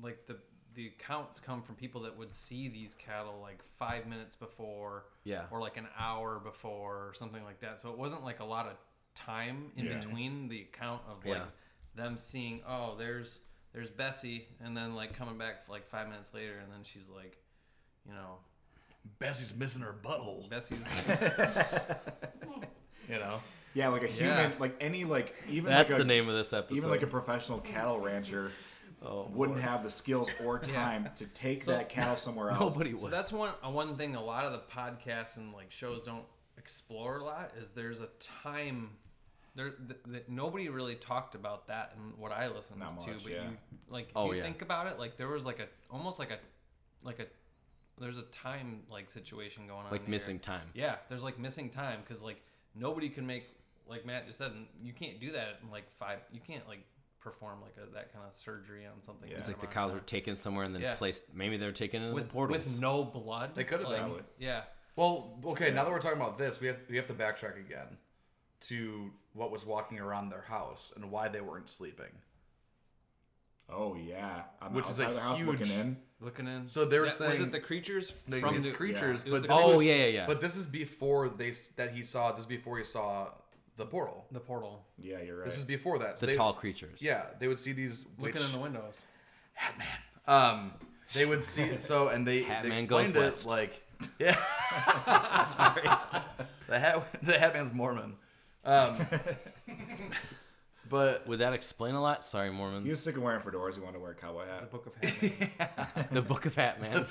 like the the accounts come from people that would see these cattle like five minutes before,
Yeah.
or like an hour before, or something like that. So it wasn't like a lot of time in between the account of like
Yeah.
them seeing, oh, there's there's Bessie, and then like coming back like five minutes later, and then she's like, you know,
Bessie's missing her butthole.
Bessie's
You know,
Yeah, like a
Yeah.
human, like any, like even
That's
like a,
the name of this episode. Oh,
even like a professional cattle rancher wouldn't have the skills
[LAUGHS]
or time to take that cattle somewhere
[LAUGHS]
else.
Nobody
So
would.
that's one uh, one thing a lot of the podcasts and like shows don't explore a lot is there's a time there th- that nobody really talked about that and what I listened
Not
to.
much,
but
yeah.
you like if
Oh,
you
yeah.
think about it, like there was like a almost like a like a there's a time like situation going on
like
here.
missing time.
Yeah, there's like missing time because like nobody can make like Matt just said you can't do that in like five. You can't like perform like a, that kind of surgery on something.
Yeah.
It's
that
like the
amount
cows
of
were
time.
taken somewhere and then
Yeah.
placed. Maybe they were taken into
with
the portals.
with no blood.
They could've
like,
probably.
Yeah.
well, okay. Now that we're talking about this, we have we have to backtrack again to what was walking around their house and why they weren't sleeping.
Oh yeah, I'm
Which is a
outside the house
huge-
looking in.
Looking in.
So they were
Yeah, was
saying-
it the creatures
They,
from
these
the
creatures,
It was
but
the
this
oh
is-
yeah, yeah, yeah.
But this is before they s- that he saw. This is before he saw the portal.
the portal
Yeah, you're right.
This is before that.
the
they-
tall creatures.
Yeah, they would see these. Which,
looking in the windows.
um, they
[LAUGHS]
would see so, and they, they
Hatman goes
explained
west. [LAUGHS]
it like, yeah. Sorry, [LAUGHS] the hat the Hatman's Mormon.
[LAUGHS]
Um, but
Would that explain a lot? Sorry, Mormons.
he was sick of wearing fedoras. He wanted to wear a cowboy
The
hat.
Book of Hammond.
The Book of Hat
[LAUGHS]
Man.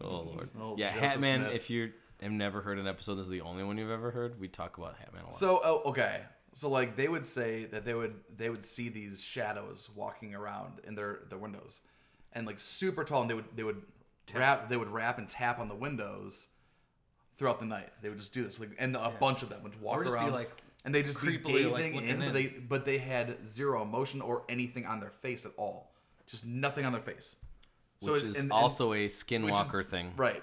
oh Lord.
Old
yeah,
Joseph
Hat Man.
Smith.
If you have never heard an episode, this is the only one you've ever heard. We talk about Hat Man a lot.
so oh, okay, so like they would say that they would they would see these shadows walking around in their their windows, and like super tall, and they would they would rap they would rap and tap on the windows. Throughout the night, they would just do this, like, and a bunch of them would walk
Or just be,
around,
like,
and they just be
creepily, like,
gazing
looking
in,
in.
But, they, but they had zero emotion or anything on their face at all, just nothing on their face. So
which
it-
is
and- and-
also a
which is-
Skinwalker thing.
right?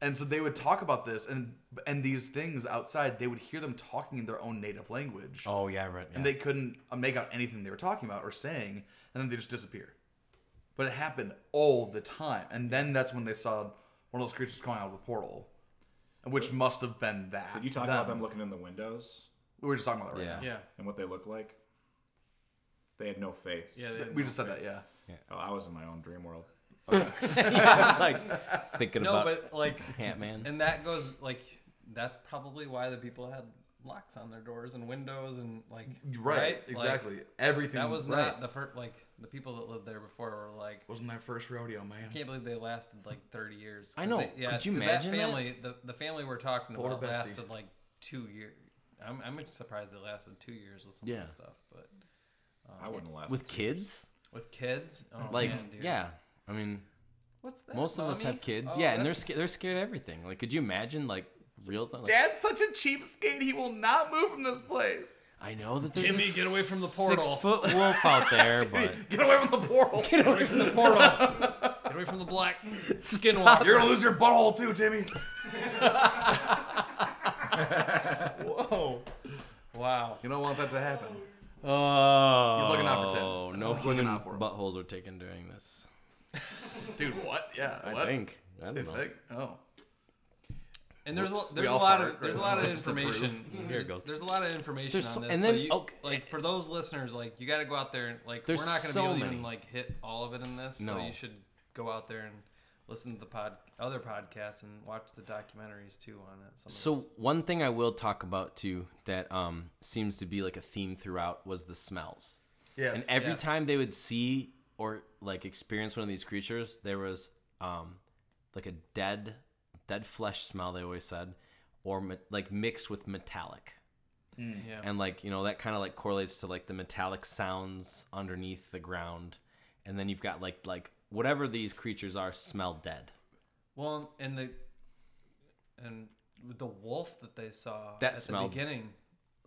And so they would talk about this, and and these things outside, they would hear them talking in their own native language,
Oh yeah, right.
and
yeah.
they couldn't uh, make out anything they were talking about or saying, and then they just disappear. But it happened all the time, and then that's when they saw one of those creatures coming out of the portal, which must have been that.
Did you talk about them looking in the windows
We were just talking about that right
Yeah.
now.
[LAUGHS] yeah.
and what they look like? They had no face.
Yeah. They,
We just said that, yeah.
Oh, I was in my own dream world.
[LAUGHS] I was
[LAUGHS]
like thinking
no,
about
but like,
Hat Man.
and that goes like that's probably why the people had locks on their doors and windows and like
Right,
Like,
exactly. Everything
that was
Right.
not the first. Like the people that lived there before were like.
wasn't that first rodeo, man.
I can't believe they lasted like 30 years. 'Cause
I know.
They,
Could you
'cause
imagine
that
that?
family? The, the family we're talking
Poor
about
Bessie.
lasted like two years. I'm, I'm just surprised they lasted two years with some
Yeah.
of this stuff, but Oh,
I wouldn't last.
with kids.
with kids, oh,
Like
man, dude.
yeah, I mean
What's that?
most of us
mommy?
have kids.
Oh,
yeah, and they're
that's-
sca- they're scared of everything. Like, could you imagine like real time? Like,
Dad's such a cheapskate. He will not move from this place.
I know that there's
Jimmy,
a
get away from the portal.
Six foot wolf out
[LAUGHS]
there, but
Get away from the portal.
get away from the
portal. Get away from the
[LAUGHS]
black skinwalker.
You're gonna lose your butthole too, Timmy.
Whoa. Wow.
You don't want that to happen.
Oh,
He's looking out for Ted.
Oh, no [LAUGHS]
He's looking
human
out for him.
buttholes were taken during this.
Dude, what? Yeah.
I
what?
think. I don't
You
know.
think? Oh.
And there's
Whoops.
a,
We
there's a
all
lot
fart
of there's a
right
lot of
now. Just to prove.
information.
Here it
There's,
goes.
there's a lot of information
There's
on
so-
this.
and
so
then-
you,
okay.
like for those listeners, like you got to go out there and like
There's
we're not going to
so
be able to
many.
even like hit all of it in this. So
No.
you should go out there and listen to the pod other podcasts and watch the documentaries too on it. Some of
So
this.
one thing I will talk about too that um, seems to be like a theme throughout was the smells.
Yes.
And every
Yes.
time they would see or like experience one of these creatures, there was um, like a dead, dead flesh smell. They always said, or me- like mixed with metallic,
yeah.
Mm. and like you know that kind of like correlates to like the metallic sounds underneath the ground, and then you've got like like whatever these creatures are smell dead.
Well, and the and with the wolf that they saw
That
at
smelled-
the beginning,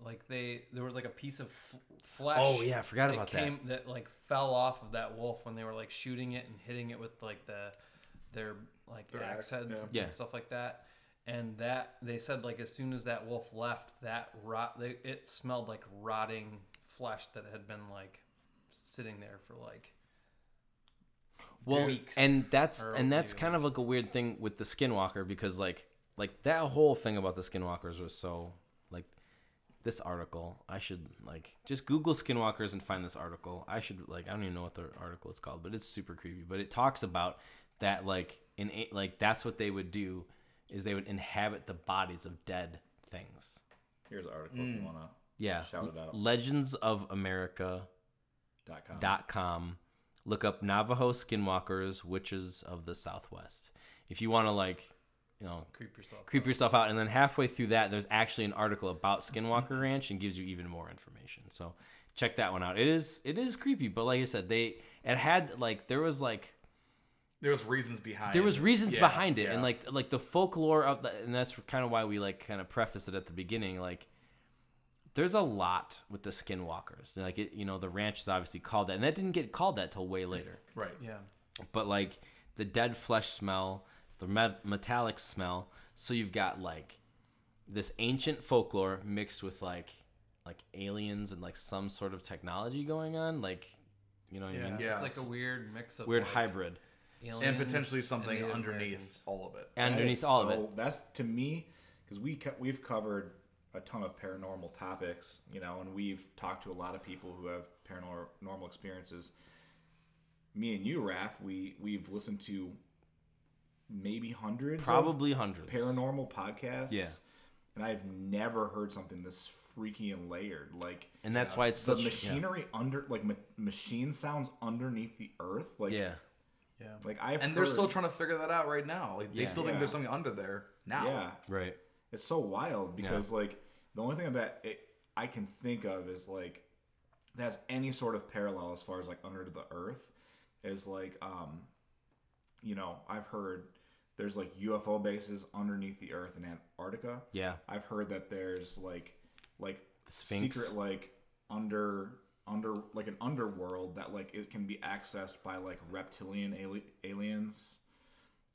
like they there was like a piece of f- flesh.
Oh, yeah, I forgot about that.
came, that. like fell off of that wolf when they were like shooting it and hitting it with like the their like axe
axe,
heads
yeah.
and
Yeah.
stuff like that. And that they said like as soon as that wolf left, that rot they, it smelled like rotting flesh that had been like sitting there for like
well,
weeks
and that's
or
and that's
you-
kind of like a weird thing with the skinwalker because like like that whole thing about the skinwalkers was so like this article i should like just google skinwalkers and find this article i should like i don't even know what the article is called but it's super creepy but it talks about that like in a- like that's what they would do is they would inhabit the bodies of dead things
Here's an article
Mm.
if you want to.
Yeah.
Shout it out.
Legends of America
Dot com.
dot com. Look up Navajo skinwalkers, witches of the Southwest. If you want to like, you know,
Creep yourself.
creep yourself out, and then halfway through that, there's actually an article about Skinwalker Ranch and gives you even more information. So check that one out. It is it is creepy, but like I said, they it had like there was like
There was reasons behind.
there was reasons
Yeah,
behind it
yeah.
and like like the folklore of the and that's kind of why we like kind of preface it at the beginning like there's a lot with the skinwalkers like it, you know the ranch is obviously called that and that didn't get called that till way later
right.
Yeah.
but like the dead flesh smell the met- metallic smell so you've got like this ancient folklore mixed with like like aliens and like some sort of technology going on like you know what I
Yeah.
mean?
Yeah.
It's like a weird mix of
weird
like,
hybrid
aliens
And potentially something
Native
underneath
Americans.
all of it.
That
underneath
is
all of it
so- That's to me because we co- we've covered a ton of paranormal topics, you know, and we've talked to a lot of people who have paranormal experiences. Me and you, Raph, we we've listened to maybe hundreds, of
probably hundreds
paranormal podcasts.
Yeah.
and I've never heard something this freaky and layered. Like
and that's why it's
the
such yeah.
machinery under, like ma- machine sounds underneath the earth. Like
Yeah.
Yeah.
like I've
And they're still
heard-
trying to figure that out right now. Like, they
Yeah.
still think
Yeah.
there's something under there now.
Yeah,
Right.
It's so wild because like the only thing that it, I can think of is like that has any sort of parallel as far as like under the earth is like um you know I've heard there's like UFO bases underneath the earth in Antarctica.
Yeah.
I've heard that there's like like
Sphinx.
secret like under under like an underworld that like it can be accessed by like reptilian ali- aliens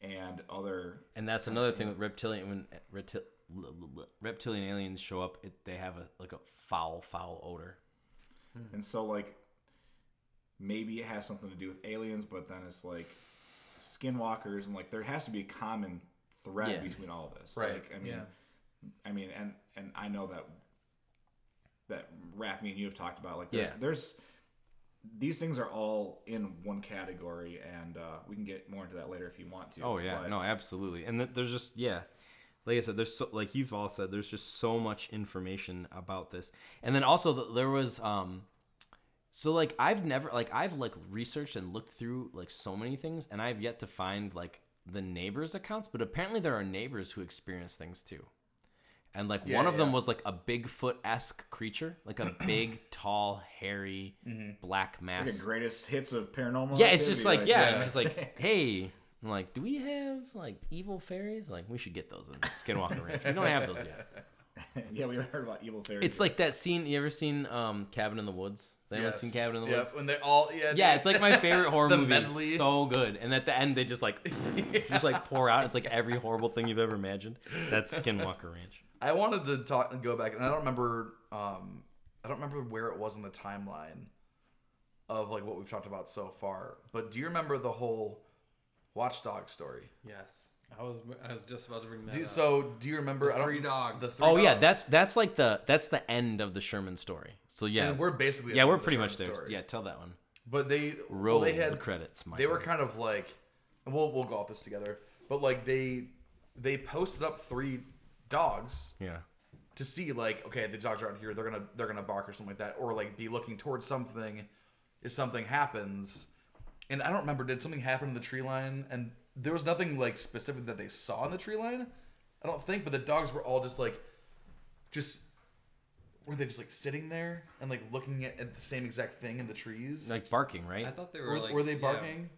and other
And that's another thing with reptilian when reptil, blah, blah, blah, reptilian aliens show up, it, they have a like a foul foul odor.
And so like maybe it has something to do with aliens, but then it's like skinwalkers and like there has to be a common thread
Yeah.
between all of this.
Right,
Like I mean
yeah.
I mean and and I know that that Raph, me and you have talked about like there's
Yeah.
there's these things are all in one category and uh, we can get more into that later if you want to.
Oh yeah,
but-
no, absolutely. And th- there's just yeah, like I said, there's so like you've all said, there's just so much information about this. And then also th- there was um, so like I've never like I've like researched and looked through like so many things, and I've yet to find like the neighbors' accounts. But apparently there are neighbors who experience things too. And like one
Yeah,
of them
yeah.
was like a Bigfoot esque creature, like a big, tall, hairy, black mass.
Like the greatest hits of paranormal.
Yeah, it's just
activity,
like, yeah,
yeah.
it's just
[LAUGHS]
like, hey, I'm like, do we have like evil fairies? Like, we should get those in Skinwalker Ranch. We don't have those yet.
yeah, we heard about evil fairies.
It's like that scene. You ever seen um, Cabin in the Woods? Has anyone
Yes.
seen Cabin in the
Yep,
Woods?
When they all yeah
Yeah, it's like my
[LAUGHS]
favorite horror
The
movie.
medley.
So good, and at the end they just like, [LAUGHS] just like pour out. It's like every horrible thing you've ever imagined. That's Skinwalker Ranch.
I wanted to talk and go back, and I don't remember. Um, I don't remember where it was in the timeline of like what we've talked about so far. But do you remember the whole watchdog story?
Yes. I was I was just about to bring that
Do,
up.
so do you remember?
Uh, The
I don't-
three dogs.
The three
Oh yeah,
dogs.
that's that's like the that's the end of the Sherman story. So yeah,
And we're basically
yeah
at the
we're
end of the
pretty much
Sherman
there.
story.
Yeah, tell that one.
But they
Roll
well, they had
the credits. Michael.
they were kind of like and we'll we'll go off this together. But like they they posted up three dogs
yeah.
to see like okay the dogs are out here they're gonna they're gonna bark or something like that or like be looking towards something if something happens and i don't remember did something happen to the tree line and there was nothing like specific that they saw in the tree line i don't think but the dogs were all just like just were they just like sitting there and like looking at, at the same exact thing in the trees
like barking, right?
I thought they were
were,
like
were they
yeah,
barking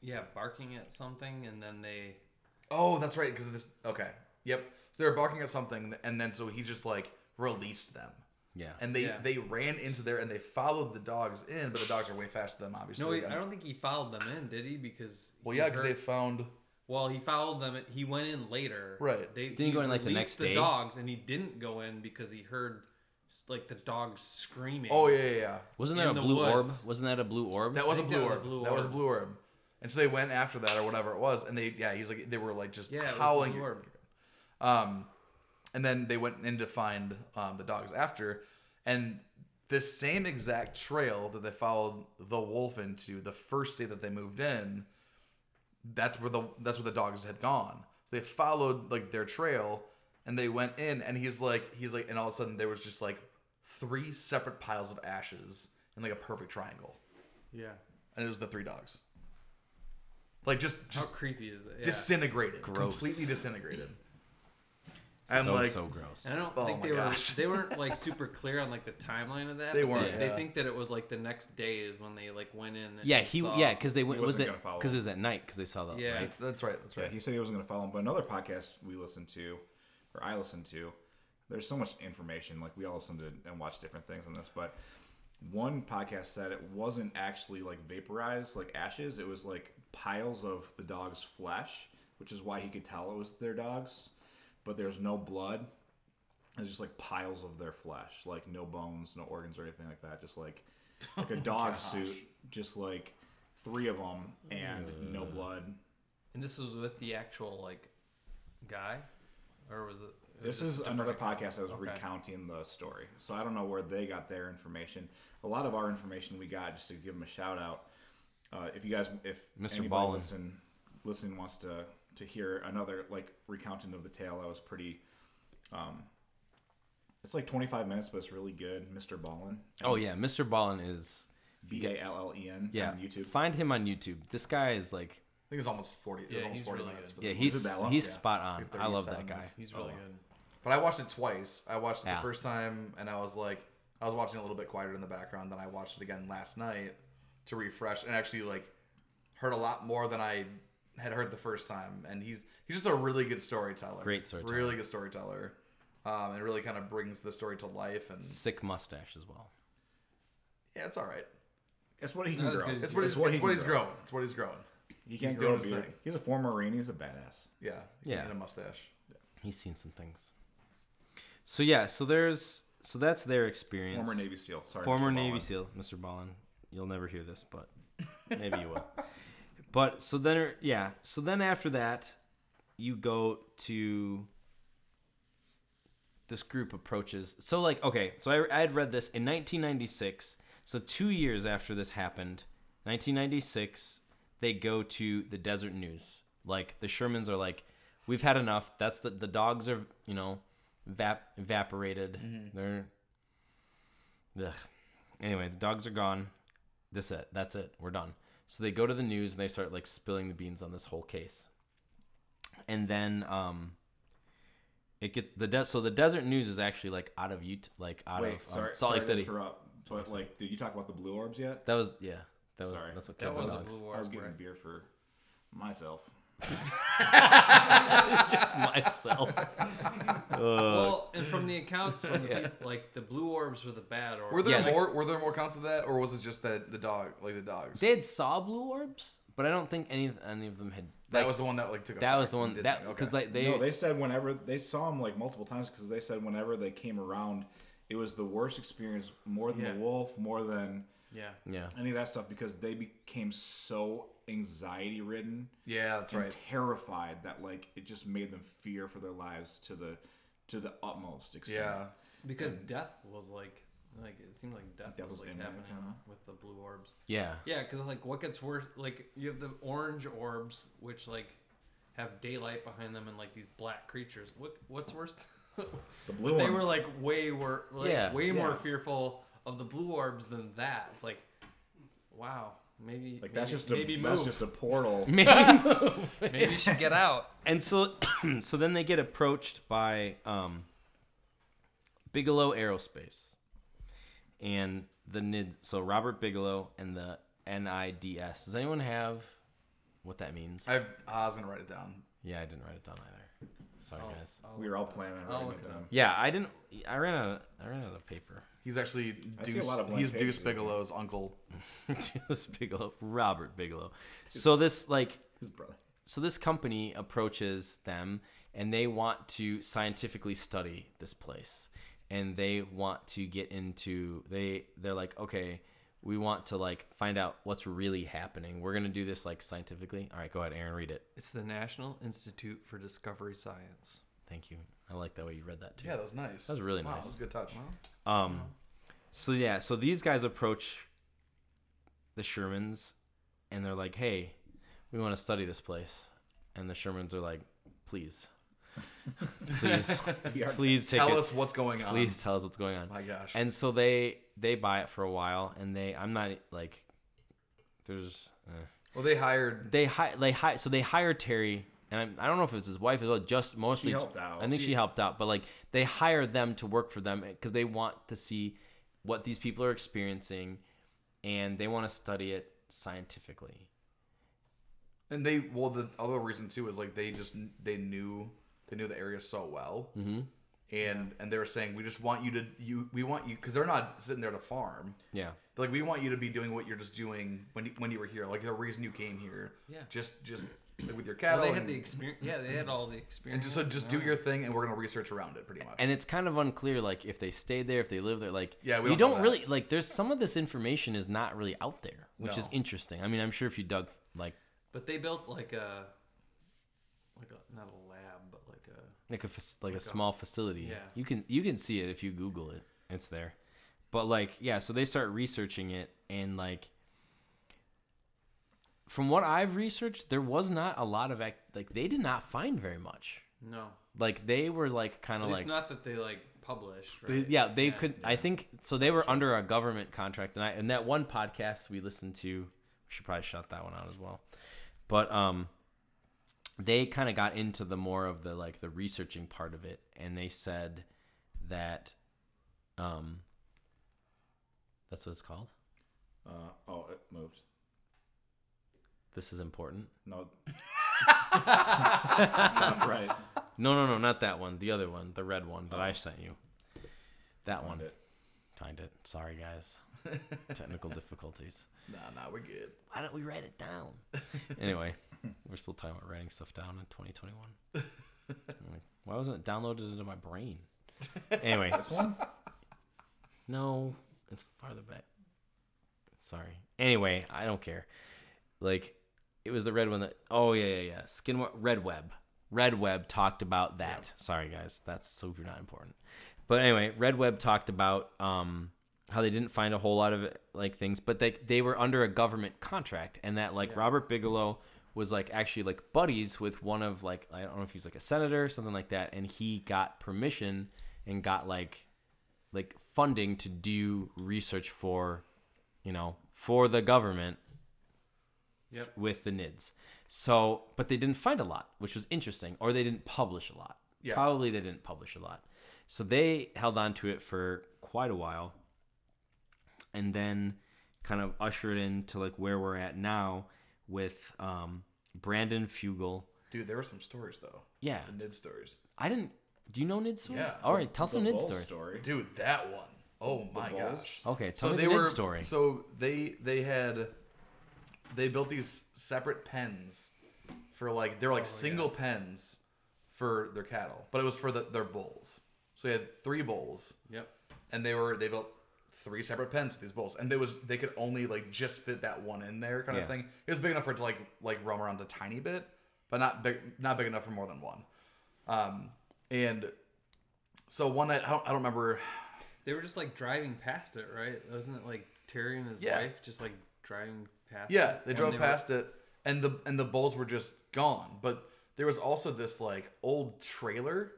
Yeah, barking at something and then they
oh that's right because of this okay yep so they were barking at something and then so he just like released them
yeah.
and they
Yeah.
they ran into there and they followed the dogs in, but the dogs are way faster than them,
No,
obviously.
he, I don't think he followed them in, did he? Because
Well,
he
yeah, because
heard-
they found
Well, he followed them. He went in later.
Right.
They
Didn't he go in, like, the
released
next day?
dogs, and he didn't go in because he heard like the dogs screaming.
Oh yeah, yeah, yeah.
Wasn't
in
that a
the
blue orb?
woods.
Wasn't that a blue orb?
That was a
think
blue
that was a
orb.
blue
That was a
orb.
blue orb. And so they went after that or whatever it was, and they yeah, he's like they were like just
Yeah, it was
howling.
the Lord.
Um, and then they went in to find um, the dogs after, and the same exact trail that they followed the wolf into the first day that they moved in, that's where the that's where the dogs had gone. So they followed like their trail, and they went in and he's like he's like and all of a sudden there was just like three separate piles of ashes in like a perfect triangle
Yeah.
and it was the three dogs like just
How
just
creepy is that? Yeah.
disintegrated
Gross.
completely
[CLEARS THROAT]
disintegrated and
so
like
so gross.
And I don't
Oh
think
my
they
gosh.
were
[LAUGHS]
they weren't like super clear on like the timeline of that.
They
but
weren't,
They,
yeah.
think that it was like the next day is when they like went in. And
Yeah, he
saw-
yeah because they went
He
was
wasn't
it
gonna follow
because it was at night because they saw that
Yeah.
light.
that's right that's
Yeah,
right
he said he wasn't going to follow him. But another podcast we listened to, or I listened to, there's so much information. Like we all listened to and watched different things on this, but one podcast said it wasn't actually like vaporized, like ashes. It was like piles of the dog's flesh, which is why he could tell it was their dogs. But there's no blood. It's just like piles of their flesh, like no bones, no organs or anything like that.
[LAUGHS]
Just like like
Oh,
a dog suit, just like three of them and no blood.
And this was with the actual like guy, or was it? it
This
was just
is
a different-
another podcast that was
Okay.
recounting the story. So I don't know where they got their information. A lot of our information we got just to give them a shout out. Uh, if you guys, if
Mr.
anybody
Ballin.
listen, listening wants to to hear another like recounting of the tale, that was pretty. Um, it's like 25 minutes, but it's really good. Mr. Ballin,
Oh yeah, Mr. Ballin is
B A L L E N,
yeah.
on YouTube.
Find him on YouTube. This guy is like
i think it's almost 40 it
Yeah,
was almost
he's
40
really
minutes
good.
for
yeah
this one.
he's
that long?
he's
Yeah.
spot on.
It's like
I love
37
that guy.
minutes.
He's really good.
But I watched it twice. I watched it
Yeah.
the first time, and I was like, I was watching it a little bit quieter in the background. Then I watched it again last night to refresh, and actually like heard a lot more than I had heard the first time. And he's he's just a really good storyteller.
Great storyteller.
Really good storyteller. Um, and really kind of brings the story to life. And
Sick mustache as well.
yeah, it's all right.
It's what he can
Not as
grow.
good as
It's what,
It's
he's, what,
he
it's what
can
he's
grow.
growing. It's what he's growing.
He can't
He's
grow a
doing his
beard.
thing.
He's a former Marine. He's a badass.
Yeah.
Yeah.
And a mustache.
He's seen some things. So yeah, so there's so that's their experience.
Former Navy SEAL. Sorry.
Former
Mr.
Navy
Ballin.
SEAL, Mr. Ballin. You'll never hear this, but maybe you will. [LAUGHS] But so then, er- yeah. So then after that, you go to this group approaches. So like, okay. So I, I had read this in 1996. So two years after this happened, 1996, they go to the Desert News. Like the Shermans are like, we've had enough. That's the the dogs are you know, vap evaporated. They're Ugh. Anyway, the dogs are gone. This it. That's it. We're done. So they go to the news and they start like spilling the beans on this whole case. And then um it gets the de- so the desert news is actually like out of Utah, like out
Wait,
of um,
sorry,
Salt Lake
sorry to
City.
interrupt, but like, did you talk about the blue orbs yet?
That was yeah. That was
Sorry.
that's what
That
killed
was
the
a
dogs.
blue
I was
orb,
getting
right?
beer for myself.
Just [LAUGHS] myself.
Well, and from [LAUGHS] the accounts, from the peop- like the blue orbs were the bad orbs.
Were there
Yeah, like-
more? were there more counts of that, or was it just that the dog, like the dogs?
they had saw blue orbs, but I don't think any any of them had.
that
like,
was the one that like took.
that was
effect
the
and
one
did
that
okay.
because like they,
no, they said whenever they saw him like multiple times because they said whenever they came around, it was the worst experience more than
Yeah.
the wolf, more than
Yeah.
yeah
any of that stuff because they became so anxiety ridden
yeah, that's
and
right.
terrified that like it just made them fear for their lives to the to the utmost extent.
Yeah.
Because death was like, like it seemed like death
That
was,
was
like
in there,
happening
kinda.
with the blue orbs.
yeah
Yeah, because like what gets worse, like you have the orange orbs, which like have daylight behind them, and like these black creatures. What what's worse? [LAUGHS]
The blue
but they were
ones.
like way were like,
Yeah.
way more
Yeah.
fearful of the blue orbs than that. It's like, wow, maybe
like that's
maybe-
just a,
maybe
that's
move.
just a portal.
[LAUGHS] maybe you should get out.
and so [CLEARS THROAT] so then they get approached by um, Bigelow Aerospace and the NID so Robert Bigelow and the NIDS. Does anyone have what that means?
I, I was gonna write it down.
yeah, I didn't write it down either. Sorry guys.
we were all planning on
I'll
writing
look
it
it
down.
Yeah, I didn't I ran out of, I ran out of paper. [LAUGHS]
He's actually
I see a
Deuce.
lot of blank
He's
pages
Deuce
in there.
Bigelow's uncle.
Just Bigelow, Robert Bigelow. So this like
His brother.
so this company approaches them and they want to scientifically study this place and they want to get into they they're like okay we want to like find out what's really happening we're gonna do this like scientifically all right go ahead aaron read it
It's the National Institute for Discovery Science.
thank you i like that way you read that too
Yeah, that was nice. That
was really
wow,
nice.
That was a good touch.
Um, so yeah, so these guys approach the Shermans, and they're like, "Hey, we want to study this place," and the Shermans are like, "Please."
[LAUGHS]
Please,
VR
please take
Tell
it.
us what's going on.
please tell us what's going on.
My gosh.
And so they they buy it for a while, and they I'm not like there's eh.
well, they hired.
they hi they hi so they hired Terry, and I, I don't know if it was his wife as well. Just mostly
helped out.
I think she, helped out, but like they hire them to work for them because they want to see what these people are experiencing, and they want to study it scientifically.
And they well, the other reason too is like they just they knew they knew the area so well, mm-hmm. and and they were saying we just want you to you we want you because they're not sitting there to farm.
Yeah.
They're like we want you to be doing what you're just doing when you, when you were here, like the reason you came here.
Yeah.
Just just like, with your
Well,
cattle.
they had
and,
the experience. Yeah, they had all the
and
experience.
just so just do your thing, and we're gonna research around it pretty much.
And it's kind of unclear, like if they stayed there, if they lived there, like
Yeah, we
you
don't know
don't
that.
really like. There's some of this information is not really out there, which is
No.
interesting. I mean, I'm sure if you dug like
But they built like a, like a not a lab, but like a
like a fac- like a small facility.
yeah.
You can you can see it if you Google it. It's there. But like yeah, so they start researching it and like from what I've researched, there was not a lot of act- like they did not find very much.
no.
Like they were like kind
At
of
least
like
not that they like published.
they-
Right?
yeah they could I think so they were under a government contract and I and that one podcast we listened to we should probably shut that one out as well. But um they kind of got into the more of the like the researching part of it and they said that um that's what it's called
Uh, oh, it moved.
this is important
[LAUGHS]
No. Not right.
no no no not that one the other one the red one that i sent you that one
it.
find it sorry guys technical difficulties
nah, nah, we're good.
why don't we write it down anyway we're still talking about writing stuff down in 2021 I'm like, why wasn't it downloaded into my brain anyway
This one?
No, it's farther back. Sorry. Anyway, I don't care. Like, it was the red one that. Oh yeah, yeah, yeah. Skin Red Web. Red Web talked about that. Sorry guys, that's super not important. But anyway, Red Web talked about um how they didn't find a whole lot of like things, but they they were under a government contract, and that like Robert Bigelow was like actually like buddies with one of like I don't know if he's like a senator or something like that, and he got permission and got like like funding to do research for you know for the government
Yep.
with the nids so but they didn't find a lot which was interesting or they didn't publish a lot
Yeah.
probably they didn't publish a lot so they held on to it for quite a while and then kind of ushered into like where we're at now with um brandon fugel
Dude, there were some stories though.
yeah
The Nid stories.
i didn't do you know nid stories
Yeah.
all right tell some
The
nid
bull
stories
story.
Dude, that one. Oh my
balls?
gosh.
okay tell me the
they
nid
were
story
so they they had they built these separate pens for like they were like single pens for their cattle, but it was for the, their bulls. So they had three bulls,
Yep.
and they were they built three separate pens for these bulls, and they was they could only like just fit that one in there kind
Yeah.
of thing. It was big enough for it to like like roam around a tiny bit, but not big not big enough for more than one. Um, and so one night I don't, I don't remember
They were just like driving past it, right? Wasn't it like Terry and his
Yeah.
wife just like driving past?
Yeah,
it?
they
And
drove
were-
past it, and the and the bulls were just gone. But there was also this like old trailer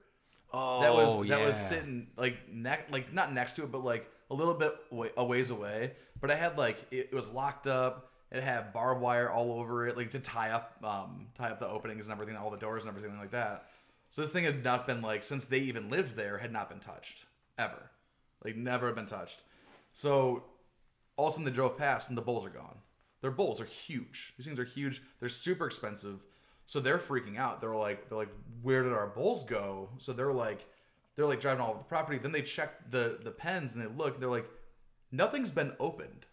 oh
that was that was
yeah.
sitting like neck like not next to it, but like a little bit wa- a ways away. But it had like it, it was locked up. It had barbed wire all over it, like to tie up um tie up the openings and everything, all the doors and everything like that. So this thing had not been like since they even lived there had not been touched ever, like never had been touched. So all of a sudden they drove past and the bulls are gone. Their bulls are huge. These things are huge. They're super expensive. So they're freaking out. They're like, they're like, where did our bulls go? So they're like, they're like driving all over the property. Then they check the the pens and they look. they're like, nothing's been opened.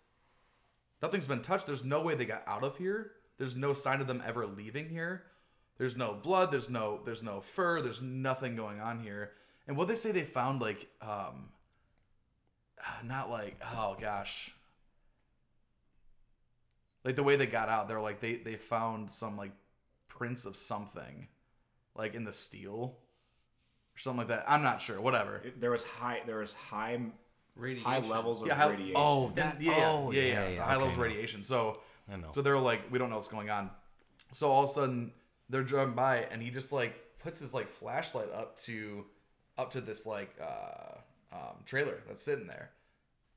Nothing's been touched. There's no way they got out of here. There's no sign of them ever leaving here. There's no blood. There's no there's no fur. There's nothing going on here. And what they say they found like um, [SIGHS] not like oh gosh, like the way they got out. They're like they they found some like prints of something, like in the steel. Or something like that. I'm not sure. Whatever.
It- there was high. There was high,
Radiation.
high levels of
Yeah, high,
radiation.
Oh,
And-
that-
yeah, yeah,
oh,
yeah,
yeah,
yeah,
yeah,
the high levels
okay,
of
no.
radiation. So,
I know.
so they're like, we don't know what's going on. So all of a sudden, they're driving by, and he just like puts his like flashlight up to up to this like uh, um, trailer that's sitting there.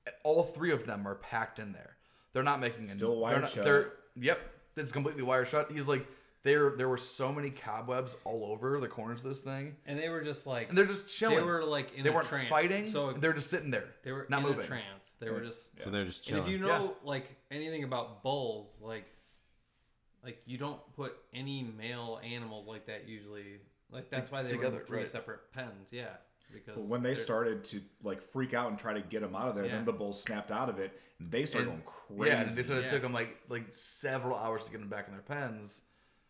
And All three of them are packed in there. They're not making a-
Still wired
they're not,
shut.
They're yep, it's completely wire shut. He's like there. There were so many cobwebs all over the corners of this thing,
and they were just like
and they're just chilling.
They were like in
they
a
weren't
trance.
fighting.
So
they're just sitting there.
they were
not
in
moving.
a trance. They were just
So they're just
And
chilling.
if you know like anything about bulls, like like you don't put any male animals like that usually. Like that's why they were
together,
in three
right.
separate pens. Yeah, because
But when they
they're-
started to like freak out and try to get him out of there,
Yeah.
then the bulls snapped out of it. And they started
And-
going
Yeah,
crazy.
and they said it
Yeah.
took them like like several hours to get them back in their pens.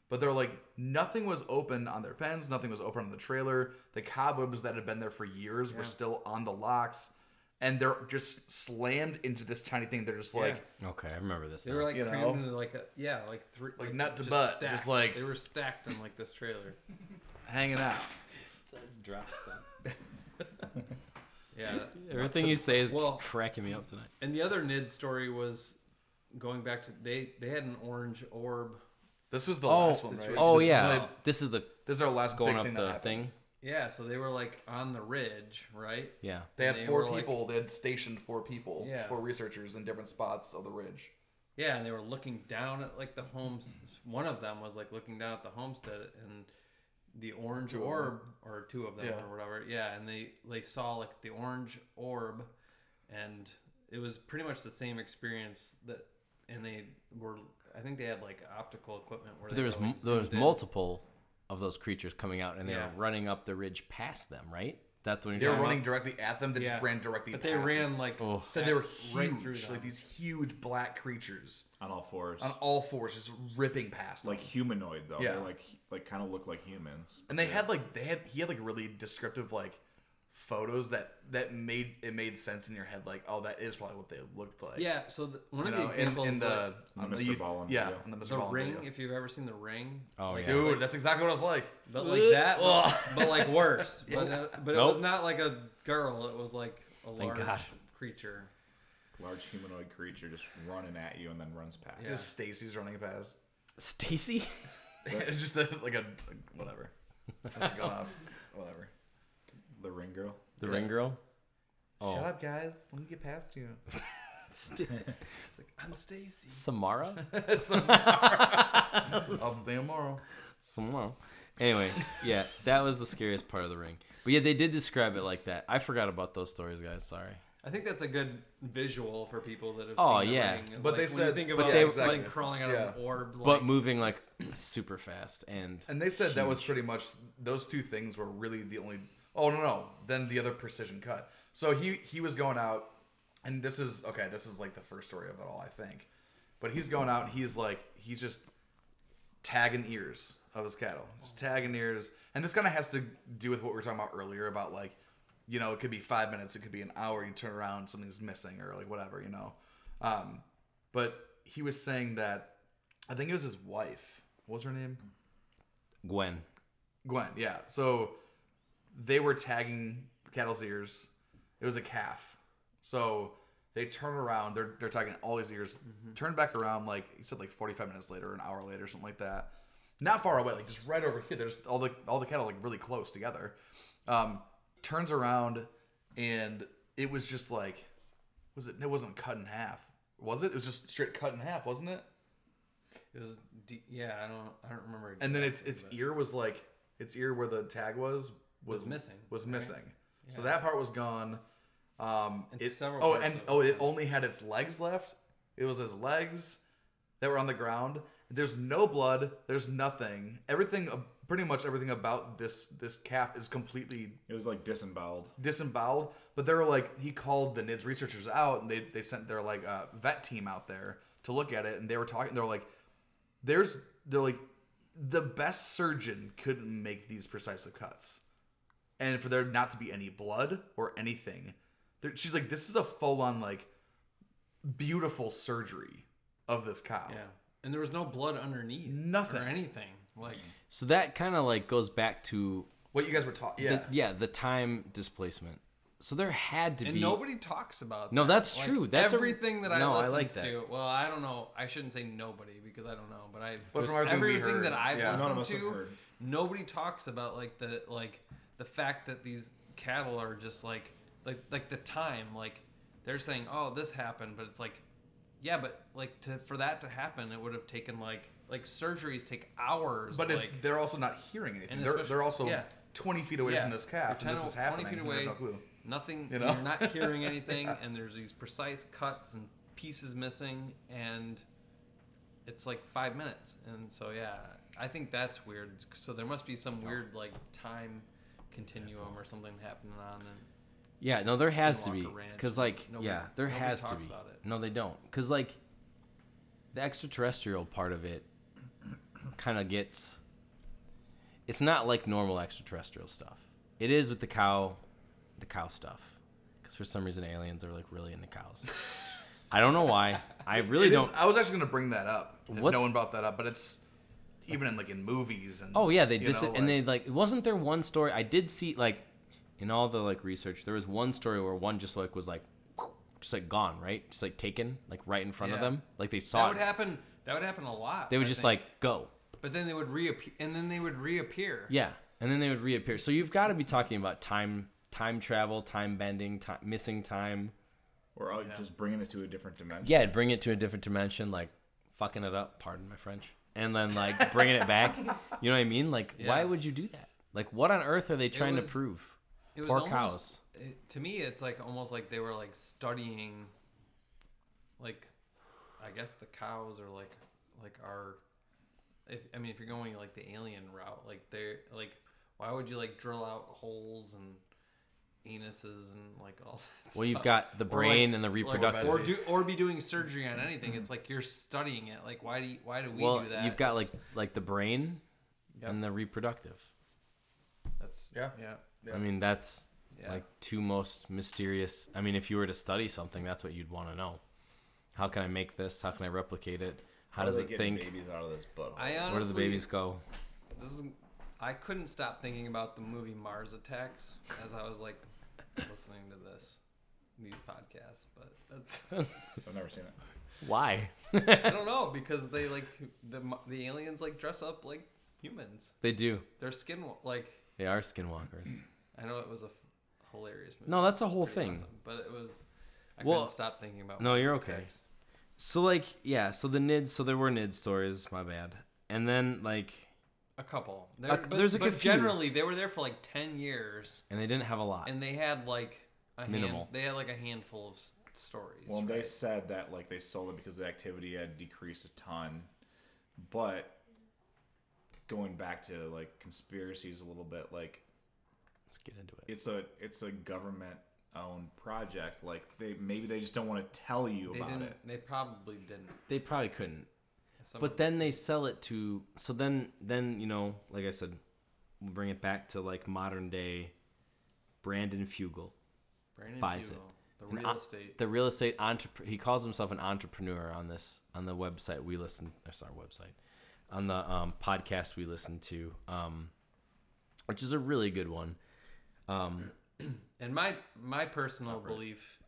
But they're like nothing was open on their pens, nothing was open on the trailer. The cobwebs that had been there for years were still on the locks, and they're just slammed into this tiny thing. They're just like,
okay, I remember this.
they were
now.
like
you
crammed
know?
into like a yeah like three
Like, nut to butt, just
stacked.
like-
they were stacked in like
[LAUGHS]
this trailer.
hanging out.
Yeah, that-
[LAUGHS] Everything you say is
Well-
cracking me up tonight.
and the other Nid story was going back to they they had an orange orb.
This was the
Oh,
last one, right?
oh
This is
yeah.
the-
this is the
this is our last
going
big
up
thing that
the
happened.
thing.
Yeah, so they were like on the ridge, right?
Yeah.
They had
And they
four
were, like-
people. they had stationed four people,
Yeah.
four researchers in different spots of the ridge.
Yeah, and they were looking down at like the homes. One of them was like looking down at the homestead and the orange
two of
orb, or two of them,
Yeah.
or whatever. Yeah, and they they saw like the orange orb, and it was pretty much the same experience that. And they were, I think they had like optical equipment where
But
they
there was
were, like,
m- there was
zoomed in.
multiple of those creatures coming out, and they
Yeah.
were running up the ridge past them. Right. That's when
They
you're
were
talking
running
about?
directly at them. They
Yeah.
just ran directly.
But they
past them.
ran like
Oh.
Said they were
at-
huge,
right through them.
like these huge black creatures
on all fours,
on all fours, just ripping past. Like,
like humanoid though.
Yeah.
They like like kind of look like humans.
and they had like they had he had like really descriptive like photos that that made it made sense in your head. Like, oh, that is probably what they looked like.
yeah. So the, one
you
of
know,
the examples
in, in
like,
the,
The
on the
Mr.
youth-
Ballin
yeah,
video.
on the Mr.
the
Ballin
ring.
video.
If you've ever seen the ring,
Oh
like,
yeah.
dude, that's exactly what I was like.
But like that,
Ugh.
but, but
[LAUGHS]
like worse. But, uh, but it
Nope.
was not like a girl. It was like a
Thank
large
God.
creature.
Large humanoid creature just running at you and then runs past.
Yeah.
just Stacy's running past. [LAUGHS]
Stacy.
it's just a, like a whatever. That's gone
[LAUGHS]
off. Whatever.
The ring girl.
The ring girl. Oh.
Shut up, guys. Let me get past
[LAUGHS]
you.
She's like, I'm Stacy.
Samara.
I'll see you tomorrow.
Samara. Anyway, yeah, that was the scariest part of the ring. But yeah, they did describe it like that. I forgot about those stories, guys. Sorry.
I think that's a good visual for people that have.
Oh,
seen the
yeah.
Ring.
But
Like,
they
when you
said-
think
but
about
they-
like, something
Exactly.
crawling out of
Yeah.
an orb. Like,
But moving like super fast and
And they said that was pretty much those two things were really the only. Oh no no! Then the other precision cut. So he he was going out, and this is okay. This is like the first story of it all, I think. But he's going out. and He's like he's just tagging ears of his cattle, just tagging ears. And this kind of has to do with what we were talking about earlier about like, you know, it could be five minutes, it could be an hour. You turn around, something's missing, or like whatever, you know. Um, but he was saying that I think it was his wife. What was her name?
Gwen.
Gwen, yeah. So they were tagging cattle's ears. It was a calf. So they turn around, they're they're tagging all these ears, turn back around like he said like 45 minutes later, an hour later, something like that. Not far away, like just right over here. There's all the all the cattle like really close together. Um, turns around and it was just like was it it wasn't cut in half. Was it? It was just straight cut in half, wasn't it?
it was. De- yeah, I don't. I don't remember.
and then its
exactly,
its ear was like its ear where the tag was was,
Was missing,
was
right?
missing so that part was gone um
And
it,
several
oh
parts
and
of it
oh
were
it
gone.
only had its legs left it was his legs that were on the ground there's no blood there's nothing everything uh, pretty much everything about this this calf is completely
It was like disemboweled.
disemboweled but they were like he called the nids researchers out and they, they sent their like uh, vet team out there to look at it and they were talking they're like there's they're like the best surgeon couldn't make these precise cuts and for there not to be any blood or anything there, she's like this is a full-on like beautiful surgery of this cow
Yeah, and there was no blood underneath.
Nothing.
or anything. Like
So that kind of like goes back to
what you guys were talking
the,
yeah
yeah. the time displacement. So there had to
and
be
nobody talks about.
No,
that.
that's
Like,
true. That's a-
everything that I
No, I
listened
like that.
to. Well, I don't know. I shouldn't say nobody because I don't know, but I
But from everything we
everything
heard,
that I've
yeah.
None of
listened
us have
to,
heard.
nobody talks about like the like the fact that these cattle are just like like like the time like they're saying oh this happened but it's like yeah but like to for that to happen it would have taken like like surgeries take hours
But
like
if they're also not hearing anything.
And
They're,
especially-
they're also
yeah.
20 feet away
yeah,
from this calf,
you're
and this
10
is happening.
20 feet
and they
away
have no clue.
nothing
You
you
know?
are not
[LAUGHS]
hearing anything and there's these precise cuts and pieces missing and it's like five minutes and so yeah i think that's weird so there must be some weird like time continuum or something happening on and
Yeah, no, there has to be
Skinwalker Ranch.
because, like,
Nobody-
yeah, there
nobody
has to be.
talks about it.
No, they don't, because like the extraterrestrial part of it kind of gets. It's not like normal extraterrestrial stuff. It is with the cow, the cow stuff, because for some reason aliens are like really into
[LAUGHS]
cows. I don't know why. I really
It
don't.
is- I was actually going to bring that up. If no
What's-
one brought that up, but it's even in like in movies and
Oh yeah, they
you
dis-
know,
and
like-
they like wasn't there one story I did see like in all the like research there was one story where one just like was like just like gone right just like taken like right in front of
Yeah.
them like they
that
saw
would
it
happen that would happen a lot
they would
I
just
think.
like go
but then they would reappear and then they would reappear
yeah and then they would reappear so you've got to be talking about time time travel time bending time, missing time
Or uh, just bringing it to a different dimension.
yeah it'd bring it to a different dimension like fucking it up pardon my French and then like bringing it
[LAUGHS]
back you know what I mean like why
Yeah.
would you do that like what on earth are they trying
was-
to prove
it
Poor
almost- it- to me, it's like almost like they were like studying, like, I guess the cows are like, like our. If, I mean, if you're going like the alien route, like they're like, why would you like drill out holes and anuses and like all [LAUGHS] that?
well you've
stuff?
got the
Or, like,
brain and the
or,
reproductive Mm-hmm.
or do or be doing surgery on anything. It's like you're studying it. Like why do you, why do we
well,
do that?
you've got like
It's-
like the brain
Yep.
and the reproductive.
that's
Yeah.
yeah
I mean, that's
yeah.
like two most mysterious. I mean, if you were to study something, that's what you'd want to know. How can I make this? How can I replicate it? How, does
they
it
get
think?
Babies out of this butthole.
I honestly,
Where do the babies go?
This is, I couldn't stop thinking about the movie Mars Attacks as I was like
[LAUGHS]
listening to this these podcasts, but that's
I've never seen it.
Why?
I don't know because they like the mo- the aliens like dress up like humans.
They do.
Their skin wa- like
They are skinwalkers.
I know it was a f- hilarious movie.
No, that's a whole
Pretty
thing.
awesome, but it was I
Well,
couldn't stop thinking about.
no, you're
Mars
okay.
Attacks.
So like, yeah. So the NIDS. So there were NID stories. My bad. And then like,
A couple.
A-
There-
there's a
but
good few.
generally they were there for like ten years,
and they didn't have a lot.
and they had like a
Minimal.
Hand, they had like a handful of s- stories.
Well, they
right?
said that like they sold it because the activity had decreased a ton, but going back to like conspiracies a little bit, like
Let's get into it.
it's a it's a government owned project. Like they maybe they just don't want to tell you
they
about
didn't.
it.
They probably didn't.
They probably couldn't.
Some
but
of-
then they sell it to so then then you know like i said we'll bring it back to like modern day brandon fugel
Brandon
buys it.
Fugel, The
An
real
o-
estate.
the real estate entrepreneur he calls himself an entrepreneur on this on the website we listen or sorry website on the um, podcast we listen to um, which is a really good one um,
And my my personal belief,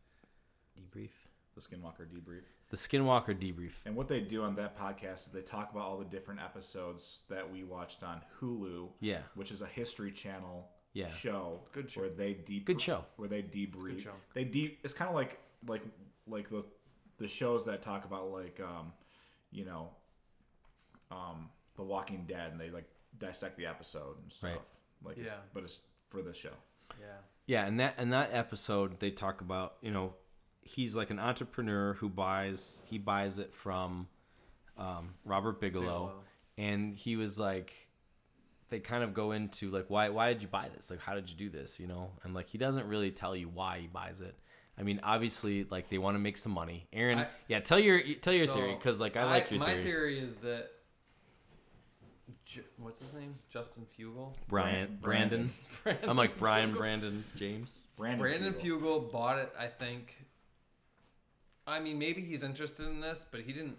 debrief
The Skinwalker debrief.
the skinwalker debrief
And what they do on that podcast is they talk about all the different episodes that we watched on Hulu,
yeah
which is a History Channel
Yeah.
show.
Good show.
Where they deep.
Good show.
Where they debrief.
show.
They deep. It's kind of like like like the the shows that talk about like um you know um The Walking Dead and they like dissect the episode and stuff.
Right.
Like it's,
Yeah.
but it's for the show.
yeah,
Yeah, and that and that episode they talk about, you know, he's like an entrepreneur who buys he buys it from um, Robert Bigelow,
Bigelow.
and he was like they kind of go into like why why did you buy this? Like how did you do this, you know? And like he doesn't really tell you why he buys it. I mean, obviously like they want to make some money. Aaron,
I-
yeah, tell your tell your
So,
theory cuz like I like your
my
theory.
is that Ju- what's his name? Justin Fugel.
Brian Brandon.
Brandon.
I'm like Brian Brandon James.
Brandon,
Brandon
Fugel.
Fugel bought it. I think. I mean, maybe he's interested in this, but he didn't.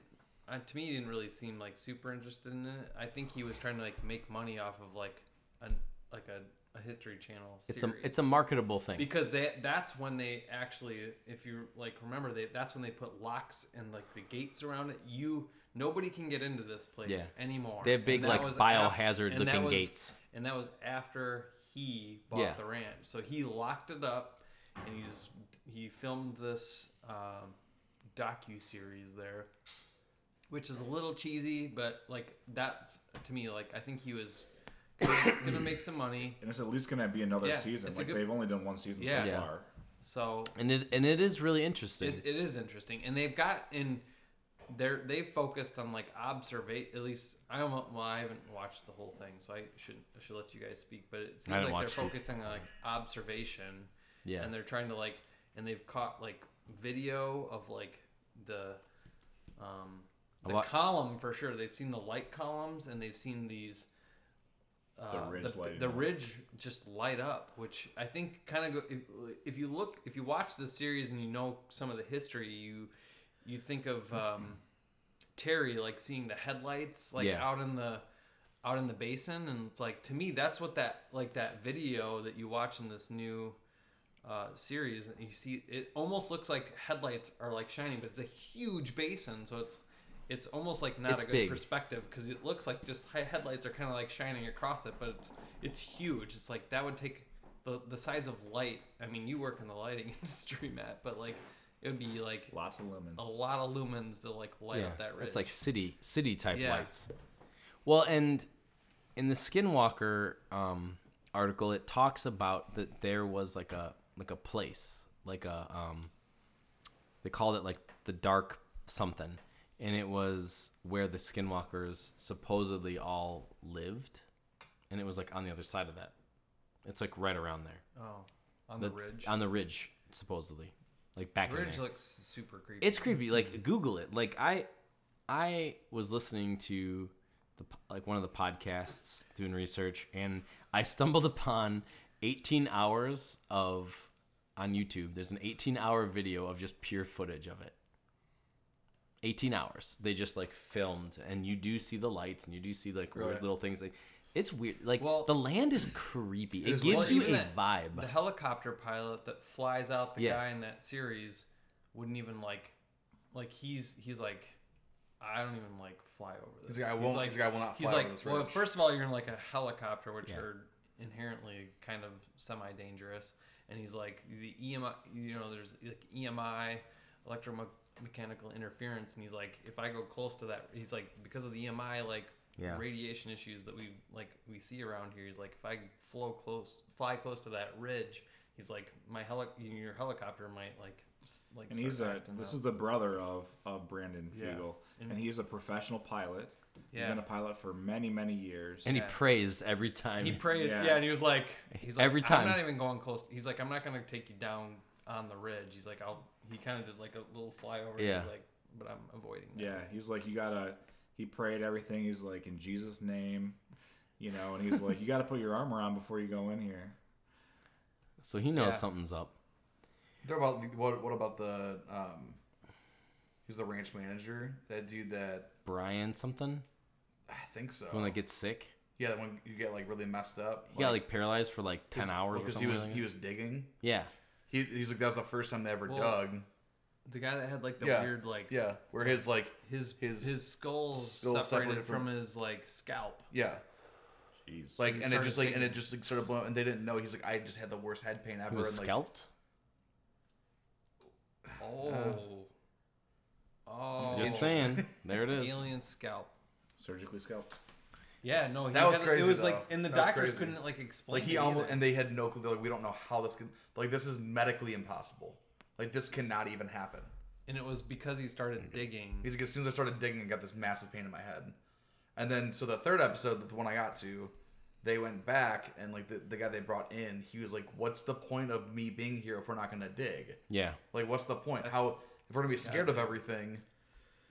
Uh, to me, he didn't really seem like super interested in it. I think he was trying to like make money off of like an like a a History Channel
It's
series.
a it's a marketable thing.
because they that's when they actually, if you like remember, they that's when they put locks and like the gates around it. You nobody can get into this place
Yeah.
anymore.
They have big,
And that
like,
was af-
biohazard
and that
looking
was-
gates.
And that was after he bought
Yeah.
the ranch, so he locked it up, and he's he filmed this um, docu series there which is a little cheesy, but like that's to me like I think he was gonna make some money.
and it's at least going to be another
Yeah,
season.
it's a
Like
good-
they've only done one season
Yeah.
so
Yeah.
far.
So
And it and it is really interesting.
it, it is interesting, and they've got in they're they focused on like observate. At least I almo- well I haven't watched the whole thing, so I should I should let you guys speak. But it
I
seems
haven't
like they're
watched it.
focusing on like observation,
yeah.
and they're trying to like and they've caught like video of like the um
A
the
lot-
column for sure they've seen the light columns and they've seen these uh,
ridge
the,
lighting
the
up.
ridge just light up which i think kind of go if, if you look if you watch the series and you know some of the history you you think of um terry like seeing the headlights like
Yeah.
out in the out in the basin and it's like to me that's what that like that video that you watch in this new uh, series and you see it almost looks like headlights are like shining but it's a huge basin so it's it's almost like not
It's
a good
big.
perspective because it looks like just hi- headlights are kind of like shining across it but it's it's huge it's like that would take the, the size of light i mean you work in the lighting [LAUGHS] industry matt but like it would be like
Lots of lemons.
a lot of lumens to like light up that ridge
It's like city city type
Yeah.
lights. Well, and in the Skinwalker um, article, it talks about that there was like a like a place, like a um, they called it like the dark something, and it was where the Skinwalkers supposedly all lived, and it was like on the other side of that. It's like right around there.
oh on the
That's-
ridge
On the ridge, supposedly, like back in
ridge
there.
looks super creepy
It's creepy. Like Google it. Like I, I was listening to the p- like one of the podcasts doing research, and I stumbled upon 18 hours of on YouTube. There's an 18 hour video of just pure footage of it. 18 hours. They just like filmed, and you do see the lights, and you do see like weird
Right.
little things. Like it's weird. Like
Well-
the land is creepy. It,
is-
gives
Well,
you a
even that-
vibe.
The helicopter pilot that flies out the
Yeah.
guy in that series wouldn't even like, like he's he's like, I don't even like fly over this.
He's like, "I won't- this guy will not
he's
fly
like,
over this
Well,
ridge."
first of all, you're in like a helicopter, which
Yeah.
are inherently kind of semi-dangerous, and he's like the EMI. You know, there's like EMI, electromechanical interference, and he's like, if I go close to that, he's like because of the EMI, like
Yeah.
radiation issues that we like we see around here. He's like, if I flow close, fly close to that ridge, he's like, my heli- your helicopter might like s- like.
and he's
start
a
acting
this
up.
is the brother of of Brandon
Yeah.
Fugel,
And-
and he's a professional pilot. He's
Yeah.
been a pilot for many many years.
and he
yeah.
prays every time.
he prayed, yeah.
Yeah.
and he was like, he's like,
Every time.
I'm not even going close. He's like, I'm not gonna take you down on the ridge. He's like, I'll. He kind of did like a little flyover. He's
Yeah.
like, but I'm avoiding. That.
yeah, he's like you gotta. He prayed everything. He's like in Jesus' name, you know. And he's like you gotta put your armor on before you go in here.
so he knows
Yeah.
something's up.
What about the- what? What about the um? Who's the ranch manager? That dude that
Brian something.
I think so.
The one that gets sick.
yeah, that one you get like really messed up.
He got like paralyzed for like ten hours or
because
something.
he was
like
he
that.
was digging.
yeah,
He, he's like that was the first time they ever
Well,
dug.
The guy that had like the
Yeah.
weird like
Yeah, where his like
his his
His
his skull's
skull
separated,
separated
from,
from-
his like scalp.
yeah
Jeez.
like
He
and it
started
just like and it
digging.
just like started blowing and they didn't know. He's like I just had the worst head pain ever.
he was
and, like,
scalped.
Uh.
Oh. oh.
Just saying, there it is.
Alien scalp.
surgically scalped.
Yeah, no, he
That was
had-
crazy,
It was
though.
like, and the
That was
doctors
crazy.
couldn't like explain.
Like he
it
almost
either.
and they had no clue. They're like we don't know how this can like this is medically impossible. Like this cannot even happen.
and it was because he started digging.
He's like as soon as I started digging, I got this massive pain in my head. And then so the third episode, the one I got to, they went back and like the, the guy they brought in, he was like, "What's the point of me being here if we're not gonna dig?
Yeah,
Like, what's the point? How if we're gonna be scared of everything,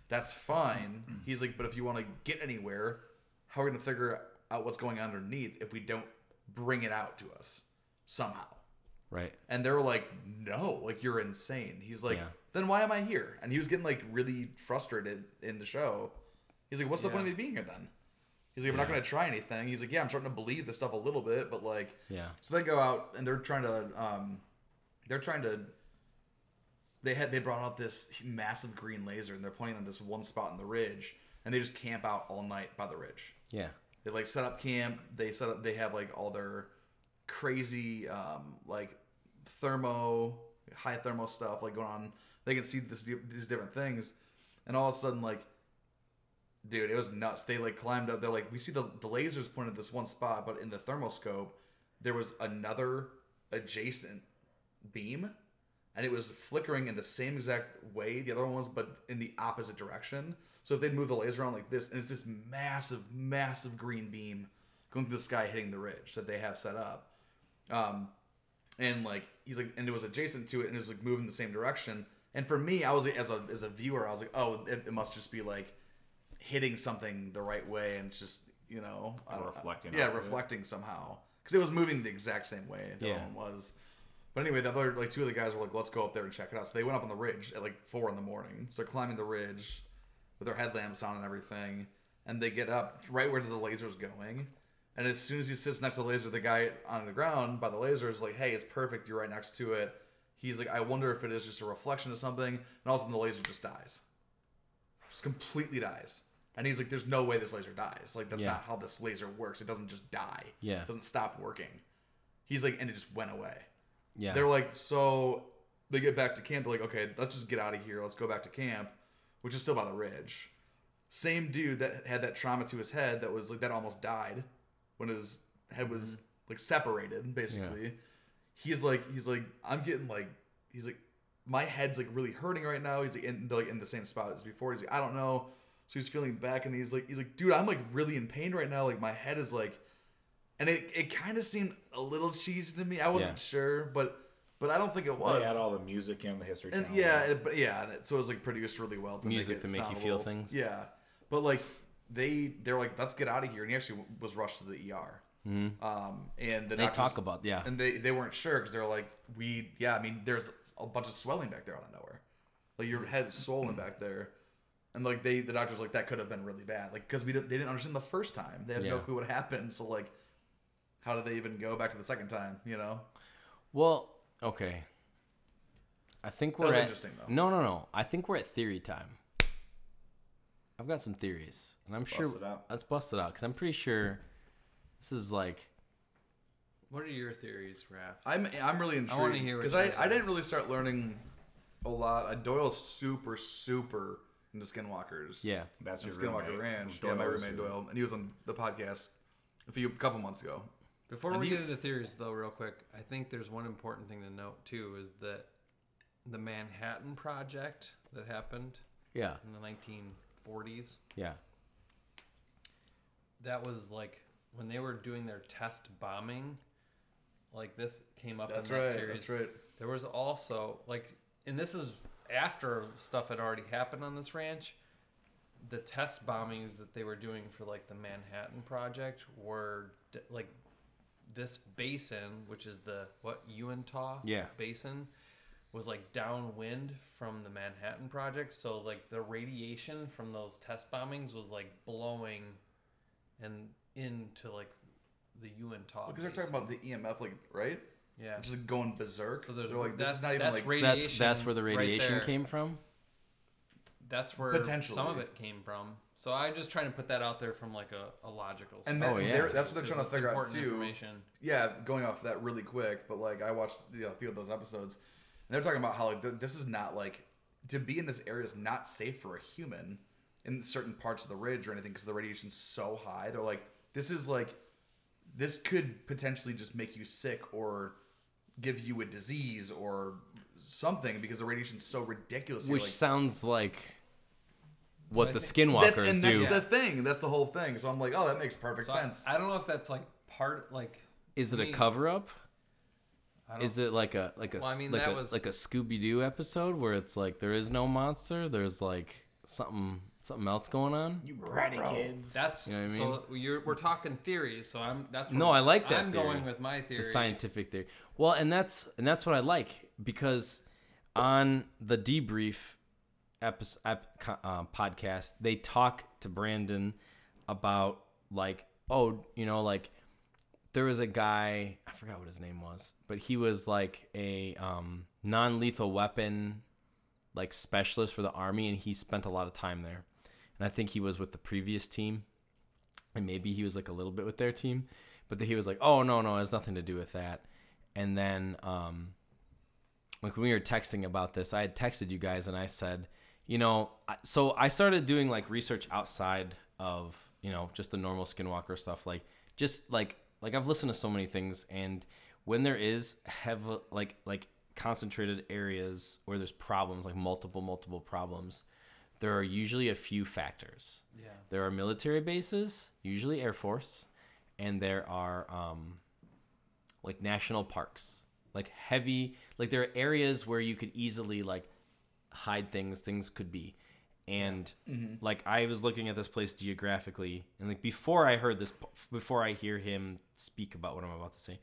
that's
Mm-hmm.
fine." He's like, "But if you want to get anywhere, how are we gonna figure out what's going on underneath if we don't bring it out to us somehow?"
right.
And they were like, no, like you're insane. He's like,
Yeah.
then why am I here? And he was getting like really frustrated in the show. He's like, what's the point of me being here then? He's He's like, we're not going to try anything. He's like, yeah, I'm starting to believe this stuff a little bit, but like,
Yeah.
So they go out and they're trying to, um, they're trying to. They had they brought out this massive green laser and they're pointing on this one spot in the ridge and they just camp out all night by the ridge.
Yeah.
They like set up camp. They set up. They have like all their crazy um, like thermo, high thermo stuff like going on. They can see this these different things, and all of a sudden like, dude, it was nuts. They like climbed up. They're like, we see the the lasers pointed at this one spot, but in the thermoscope, there was another adjacent beam, and it was flickering in the same exact way the other one was, but in the opposite direction. So if they'd move the laser around like this, and it's this massive, massive green beam going through the sky hitting the ridge that they have set up. Um, and like he's like, and it was adjacent to it, and it was like moving the same direction. And for me, I was like, as a as a viewer, I was like, oh, it, it must just be like hitting something the right way, and it's just you know, I don't know.
reflecting
Yeah,
off of it.
reflecting somehow because it was moving the exact same way the other
Yeah.
one was. But anyway, the other like two of the guys were like, "Let's go up there and check it out." So they went up on the ridge at like four in the morning. So they're climbing the ridge with their headlamps on and everything, and they get up right where the laser's going. And as soon as he sits next to the laser, the guy on the ground by the laser is like, "Hey, it's perfect. You're right next to it." He's like, "I wonder if it is just a reflection of something." And all of a sudden, the laser just dies, just completely dies. And he's like, "There's no way this laser dies. Like that's
Yeah.
not how this laser works. It doesn't just die.
Yeah.
it doesn't stop working." He's like, and it just went away.
Yeah.
They're like, so they get back to camp. They're like, okay, let's just get out of here. Let's go back to camp, which is still by the ridge. Same dude that had that trauma to his head that was like that almost died when his head was like separated, basically. He's like, he's like, I'm getting like, he's like, my head's like really hurting right now. He's like, in, they're like in the same spot as before. He's like, I don't know. So he's feeling back, and he's like, he's like, dude, I'm like really in pain right now. Like my head is like and it, it kind of seemed a little cheesy to me. I wasn't
Yeah.
sure, but but I don't think it was.
They had all the music and the history.
and
channel.
yeah, it, but yeah, and it, so it was like produced really well. To
Music
make it
to make
sound
you
a
feel
little-
things.
Yeah, but like they they're like let's get out of here, and he actually w- was rushed to the ER. Um, and the
Mm-hmm. they
doctors-
talk about yeah.
and they they weren't sure because they're like we yeah I mean there's a bunch of swelling back there out of nowhere, like your head's swollen back there, and like they the doctors like that could have been really bad like because we didn't, they didn't understand the first time they had no
Yeah.
clue what happened so like how did they even go back to the second time you know
Well, okay. I think we're
was
at,
interesting, though.
No, no, no. I think we're at theory time. I've got some theories, and I'm sure
bust it out.
let's bust it out because I'm pretty sure this is like
What are your theories, Raph?
I'm I'm really
wanna
intrigued
hear what
because I,
yours
I
are.
didn't really start learning a lot. Uh, Doyle's super super into Skinwalkers.
yeah,
That's
and
your
Skinwalker
roommate,
Ranch.
Doyle
yeah, my
was
roommate
your-
Doyle, and he was on the podcast a few couple months ago.
Before
And
we
you-
get into theories, though, real quick, I think there's one important thing to note too is that the Manhattan Project that happened
yeah,
in the 1940s.
yeah,
That was like when they were doing their test bombing. Like this came up in that series.
right.
There was also like, and this is after stuff had already happened on this ranch. The test bombings that they were doing for like the Manhattan Project were d- like this basin, which is the what Uintah
Yeah.
basin, was like downwind from the Manhattan Project. So like the radiation from those test bombings was like blowing and into like the Uintah.
Because they're talking
basin.
about the EMF, like right,
yeah.
It's just going berserk.
So there's
they're like this
that's-
is not even
that's
like
radi-
That's that's where the
Radiation right
radiation
there.
came from.
that's where
Potentially.
some of it came from. So I'm just trying to put that out there from like a, a logical.
and
standpoint,
that,
Oh, yeah.
they're, that's what they're
because
trying to
it's
figure out
important
too.
Information.
yeah, going off that really quick, but like I watched you know, a few of those episodes, and they're talking about how like th- this is not like to be in this area is not safe for a human in certain parts of the ridge or anything because the radiation's so high. They're like, this is like, this could potentially just make you sick or give you a disease or something because the radiation's so ridiculous.
Which
like,
sounds like what
I
the
think-
that's
skinwalkers
and that's
do
the thing. That's the whole thing. So I'm like, oh, that makes perfect
So I-
sense.
I, don't know if that's like part like.
is it
to
a
me,
cover up
I don't-
is it like a like a
Well, I
s-
mean,
like
that
a
was-
like a scooby-doo episode where it's like there is no monster there's like something something else going on
You bratty kids.
That's
You know what I
so you're we're talking theories. So I'm that's where
No, I like that
I'm
theory.
going with my theory.
the scientific theory. Well, and that's and that's what I like because on the debrief um, episode ep, co- uh, podcast, they talk to Brandon about like oh you know like there was a guy I forgot what his name was, but he was like a um, non-lethal weapon like specialist for the army, and he spent a lot of time there. And I think he was with the previous team, and maybe he was like a little bit with their team, but then he was like, "Oh no, no, it has nothing to do with that." And then um, like when we were texting about this, I had texted you guys and I said, you know, I- so I started doing like research outside of, you know, just the normal skinwalker stuff. Like, just like, like I've listened to so many things, and when there is have like, like concentrated areas where there's problems, like multiple, multiple problems, there are usually a few factors.
Yeah.
There are military bases, usually Air Force, and there are um, like national parks, like heavy, like there are areas where you could easily like hide things, things could be. And like I was looking at this place geographically, and like before I heard this, before I hear him speak about what I'm about to say,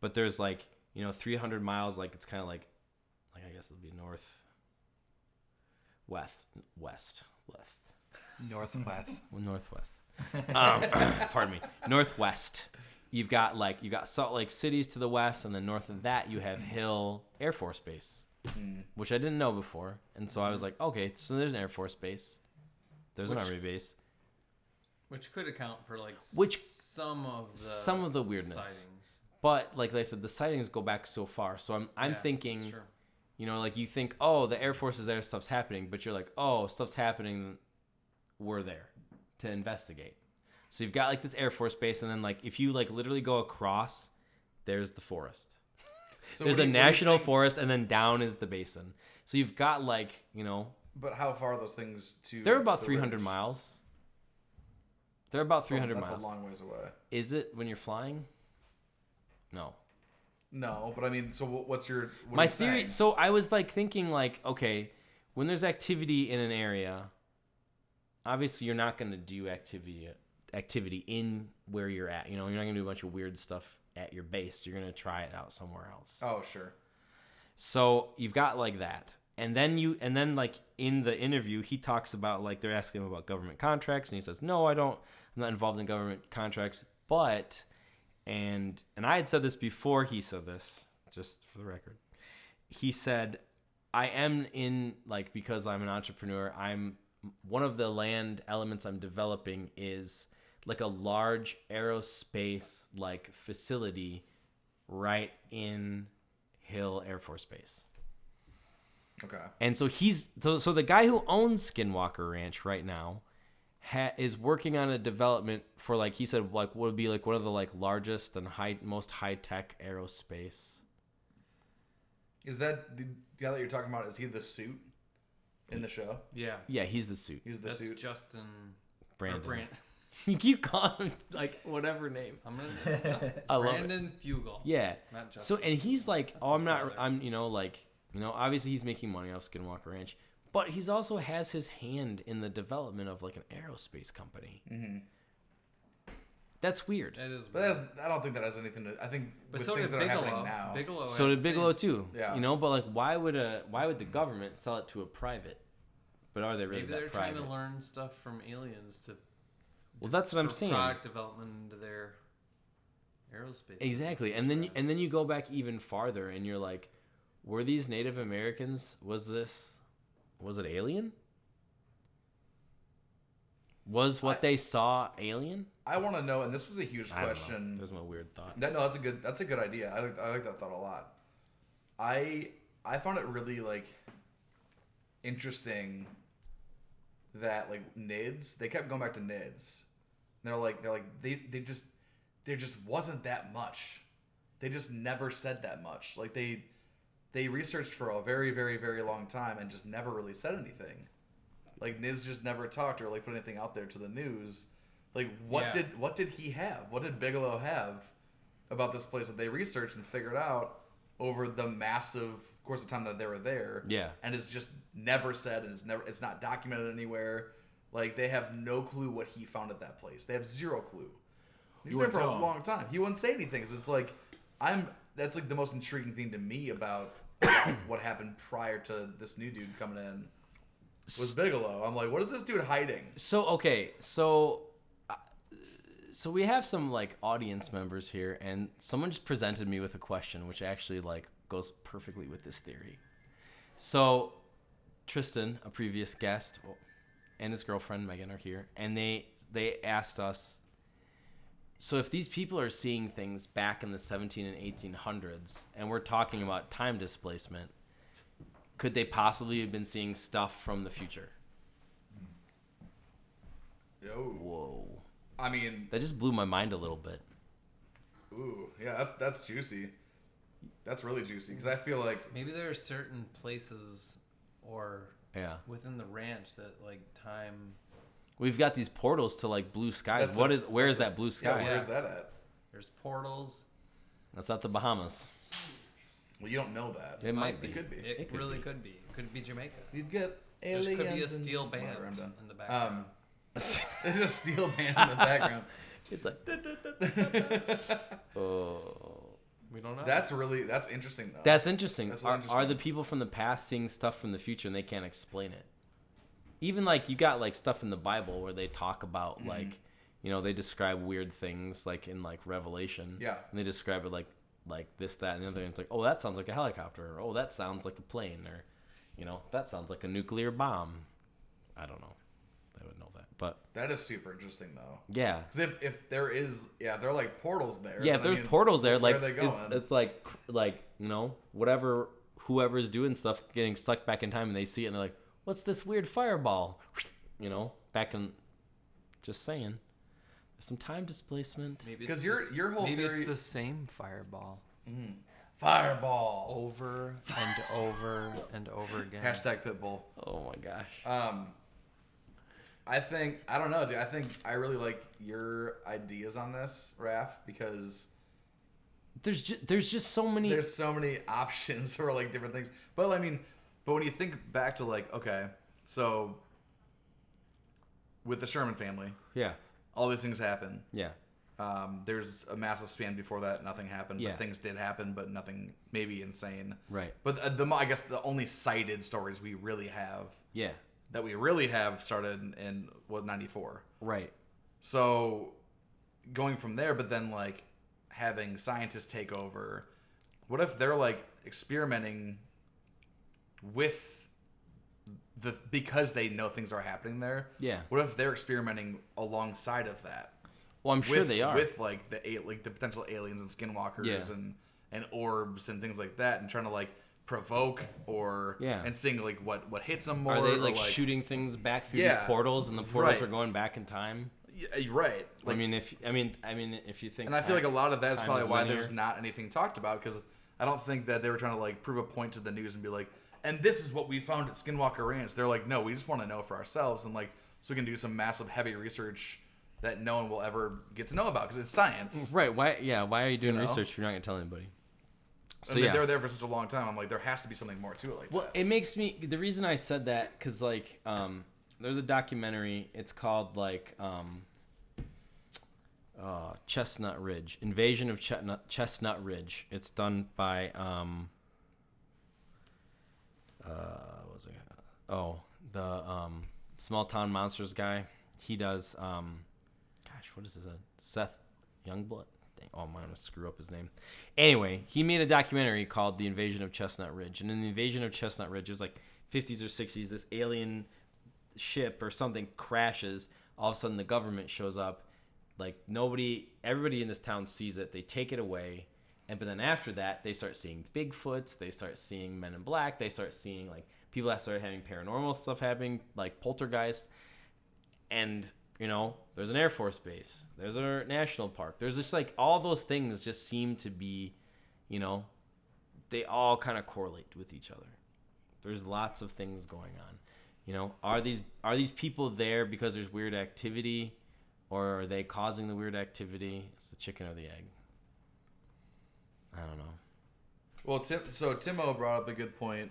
but there's like, you know, 300 miles, like it's kind of like, like I guess it'll be north, west, west, left
Northwest.
well, northwest. Um, [COUGHS] pardon me, northwest. You've got like you've got Salt Lake Cities to the west, and then north of that you have Hill Air Force Base,
Hmm.
which I didn't know before, and so I was like, okay, so there's an Air Force Base, there's an
Which-
Army Base,
Which could account for like
Which-
some of the
some of the weirdness.
sightings.
but like I said, the sightings go back so far, so I'm I'm
Yeah, that's
thinking,
true.
you know, like you think, oh, the Air Force is there, stuff's happening, but you're like, oh, stuff's happening, we're there to investigate. So you've got like this Air Force Base, and then like if you like literally go across, there's the forest.
So
There's
what
a
do you- what do you
national
think-
forest, and then down is the basin. So you've got like you know
But how far are those things to?
they're about
the
300
ridge?
miles. They're about
So
300
that's
miles.
a long ways away.
is it when you're flying? No.
No, but I mean, so wh- what's your what are
My
you
theory.
saying?
So I was like thinking like okay, when there's activity in an area, obviously you're not going to do activity activity in where you're at. You know you're not going to do a bunch of weird stuff at your base. You're going to try it out somewhere else.
Oh sure.
So you've got like that. And then you and then like in the interview he talks about like they're asking him about government contracts and he says, "No, I don't I'm not involved in government contracts, but and and I had said this before he said this, just for the record. He said, "I am in like because I'm an entrepreneur, I'm one of the land elements I'm developing is like a large aerospace like facility right in Hill Air Force Base.
Okay.
And so he's so, so the guy who owns Skinwalker Ranch right now ha, is working on a development for like he said like would be like one of the like largest and high most high tech aerospace.
Is that the guy that you're talking about? Is he the suit in the show?
Yeah.
Yeah, he's the suit.
He's the
That's
suit.
Justin or
Brandon.
Brand-
[LAUGHS] you keep calling him like whatever name.
I'm
[LAUGHS]
gonna Justin-
I love it.
Brandon Fugel.
Yeah.
Not
So
Justin.
and he's like, oh, I'm
his
not.
brother.
I'm you know like you know obviously he's making money off Skinwalker Ranch, but he's also has his hand in the development of like an aerospace company. That's weird.
that is.
But
weird.
that's, I don't think that has anything to. I think
But
with
so
things
did
that are happening
Bigelow.
now.
Bigelow.
So
had
did
the
Bigelow
same-
too.
Yeah.
You know, but like, why would a why would the government sell it to a private? But are they really
Maybe they're
that private?
trying to learn stuff from aliens to
well, that's what I'm
for
saying.
Product development into their aerospace.
Exactly,
business
and then
rather.
and then you go back even farther, and you're like, were these Native Americans? Was this was it alien? Was what
I-
they saw alien?
I want to know, and this was a huge
I don't know.
question.
There's my weird thought.
That no, that's a good that's a good idea. I like I like that thought a lot. I I found it really like interesting that like NIDS they kept going back to NIDS. They're like they're like they they just there just wasn't that much. They just never said that much. Like they they researched for a very very very long time and just never really said anything. Like NIDS just never talked or like put anything out there to the news. Like what
Yeah.
did what did he have? What did Bigelow have about this place that they researched and figured out over the massive course of time that they were there?
Yeah.
and it's just never said and it's never it's not documented anywhere like they have no clue what he found at that place they have zero clue he's
You
there
wouldn't
for a
tell 'em.
long time he wouldn't say anything so it's like i'm that's like the most intriguing thing to me about, [COUGHS] about what happened prior to this new dude coming in was bigelow i'm like what is this dude hiding
So okay, so uh, so we have some like audience members here, and someone just presented me with a question, which actually like goes perfectly with this theory. So, Tristan, a previous guest, oh, and his girlfriend Megan are here, and they they asked us. So if these people are seeing things back in the 17 and 1800s, and we're talking about time displacement, could they possibly have been seeing stuff from the future?
Oh,
Whoa,
I mean,
that just blew my mind a little bit.
ooh, yeah, that's, that's juicy. That's really juicy because I feel like
Maybe there are certain places or
Yeah.
within the ranch that like time.
We've got these portals to like blue skies.
That's
What
the-
is? where is
that's the-
that blue
yeah,
sky?
Oh,
where's that at?
There's portals.
That's not the Bahamas.
Well, you don't know that.
It might be.
It could be.
It,
It could
really
be.
could be. It could be Jamaica.
We've got
There could be a
aliens and-
steel band
Whatever, I'm done.
in the
Um,
background.
[LAUGHS] it's
[LAUGHS] there's a steel band in the
[LAUGHS]
background.
like [LAUGHS]
[LAUGHS]
oh.
we don't know.
That's really that's interesting though.
That's interesting.
That's
are,
interesting.
are the people from the past seeing stuff from the future and they can't explain it? Even like you got like stuff in the Bible where they talk about
Mm-hmm.
like you know they describe weird things like in like Revelation.
Yeah.
And they describe it like like this that and the other and it's like oh that sounds like a helicopter or oh that sounds like a plane or you know that sounds like a nuclear bomb. I don't know. I would know that, but
that is super interesting though.
yeah.
Because if, if there is yeah, there are like portals there.
Yeah,
then
if
I
there's
mean,
portals there,
where
like
are they
it's,
going?
it's like like you know whatever whoever's doing stuff getting sucked back in time, and they see it and they're like, "What's this weird fireball?" You know, back in. Just saying, there's some time displacement.
Maybe
'Cause
it's
your-
the s-
your whole
Maybe
theory-
it's the same fireball
fireball.
over and over and
[LAUGHS]
over again.
Hashtag pitbull.
Oh my gosh.
Um, I think I don't know, dude. I think I really like your ideas on this, Raph, because
There's just there's just so many.
there's so many [LAUGHS] options or like different things. But I mean, but when you think back to like, okay, so with the Sherman family,
yeah,
all these things happen.
yeah,
Um, there's a massive span before that. Nothing happened.
Yeah.
But things did happen, but nothing maybe insane.
right,
But uh, the mo- I guess the only cited stories we really have
yeah,
that we really have started in, in was '94.
right,
So going from there, but then like having scientists take over. What if they're like experimenting with the because they know things are happening there?
yeah.
What if they're experimenting alongside of that?
Well, I'm sure
with,
they are.
with like the a- like the potential aliens and skinwalkers
Yeah.
and and orbs and things like that, and trying to like provoke or
Yeah.
and seeing like what what hits them more.
are they
or,
like, shooting things back through
Yeah,
these portals, and the portals
right.
are going back in time?
Yeah, you're right.
I
Like,
mean, if I mean, I mean, if you think,
And I feel like a lot of that is
time
probably
is
why
linear.
there's not anything talked about because I don't think that they were trying to like prove a point to the news and be like, and this is what we found at Skinwalker Ranch. They're like, no, we just want to know for ourselves and like so we can do some massive heavy research that no one will ever get to know about because it's science.
Right. Why? Yeah. Why are you doing
know?
research if you're not gonna tell anybody? So
and they-
yeah.
they were there for such a long time. I'm like, there has to be something more to it. Like,
well,
that.
it makes me the reason I said that because like um, there's a documentary. It's called like um, uh, Chestnut Ridge Invasion of Chestnut Chestnut Ridge. It's done by um, uh, what was it? Oh, the um, small town monsters guy. He does um, gosh, what is his name? Seth Youngblood. Dang, oh, I'm gonna screw up his name. Anyway, he made a documentary called "The Invasion of Chestnut Ridge," and in the Invasion of Chestnut Ridge, it was like 50s or 60s. This alien ship or something crashes. All of a sudden, the government shows up. Like nobody, everybody in this town sees it. They take it away, and but then after that, they start seeing Bigfoots. They start seeing Men in Black. They start seeing like people that start having paranormal stuff happening, like poltergeists and you know there's an air force base there's a national park there's just like all those things just seem to be you know they all kind of correlate with each other there's lots of things going on you know are these are these people there because there's weird activity or are they causing the weird activity it's the chicken or the egg i don't know
Well, Tim, so Timo brought up a good point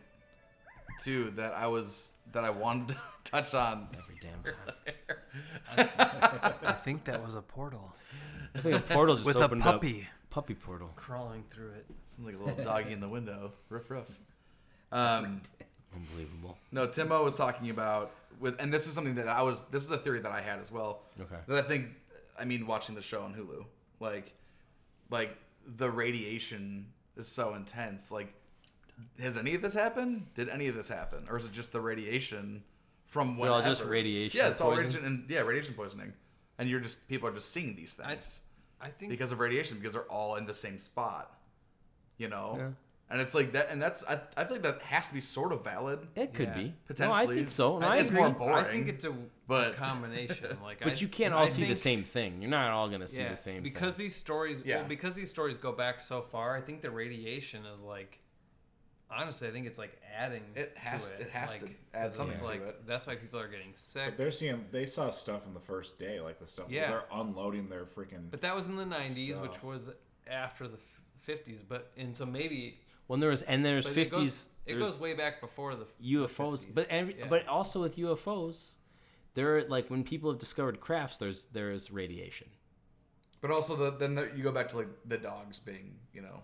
too that I was that I wanted to [LAUGHS] touch on.
every damn time
I think that was a portal
[LAUGHS] i think a portal just
with a
opened
puppy.
up puppy portal
crawling through it.
Sounds like a little doggy in the window. Ruff ruff. Um,
unbelievable
No, Timo was talking about with, and this is something that I was. This is a theory that I had as well.
okay
That I think I mean, watching the show on Hulu, like, like the radiation is so intense. Like, has any of this happened? Did any of this happen, or is it just the radiation from
They're
whatever?
all just radiation
Yeah, it's all
poison?
radiation and yeah, radiation poisoning, and you're just people are just seeing these things
I think
because of radiation because they're all in the same spot you know and it's like that and that's I, I think that has to be sort of valid
It could
Yeah.
be
potentially
No, I think so. No,
I
I,
think it's
agree.
more boring
I think it's a
but- [LAUGHS]
combination. Like, I-
But you can't
I
all see the
think-
same thing. You're not all gonna see the same
because
thing.
these stories.
Yeah.
Well, because these stories go back so far. I think the radiation is like. Honestly, I think it's like adding.
It has-
to it.
it has
like,
to add
'cause
something to
it's like,
it.
That's why people are getting sick.
But they're seeing they saw stuff in the first day, like the stuff.
Yeah.
They're unloading their freaking.
But that was in the '90s, which
Stuff.
was after the f- '50s. But and so maybe
when there was and there's
but It
fifties
goes, it goes way back before the
UFOs,
50s.
but every,
Yeah.
but also with UFOs, there are like when people have discovered crafts, there's there is radiation.
but also the, then the, you go back to like the dogs being you know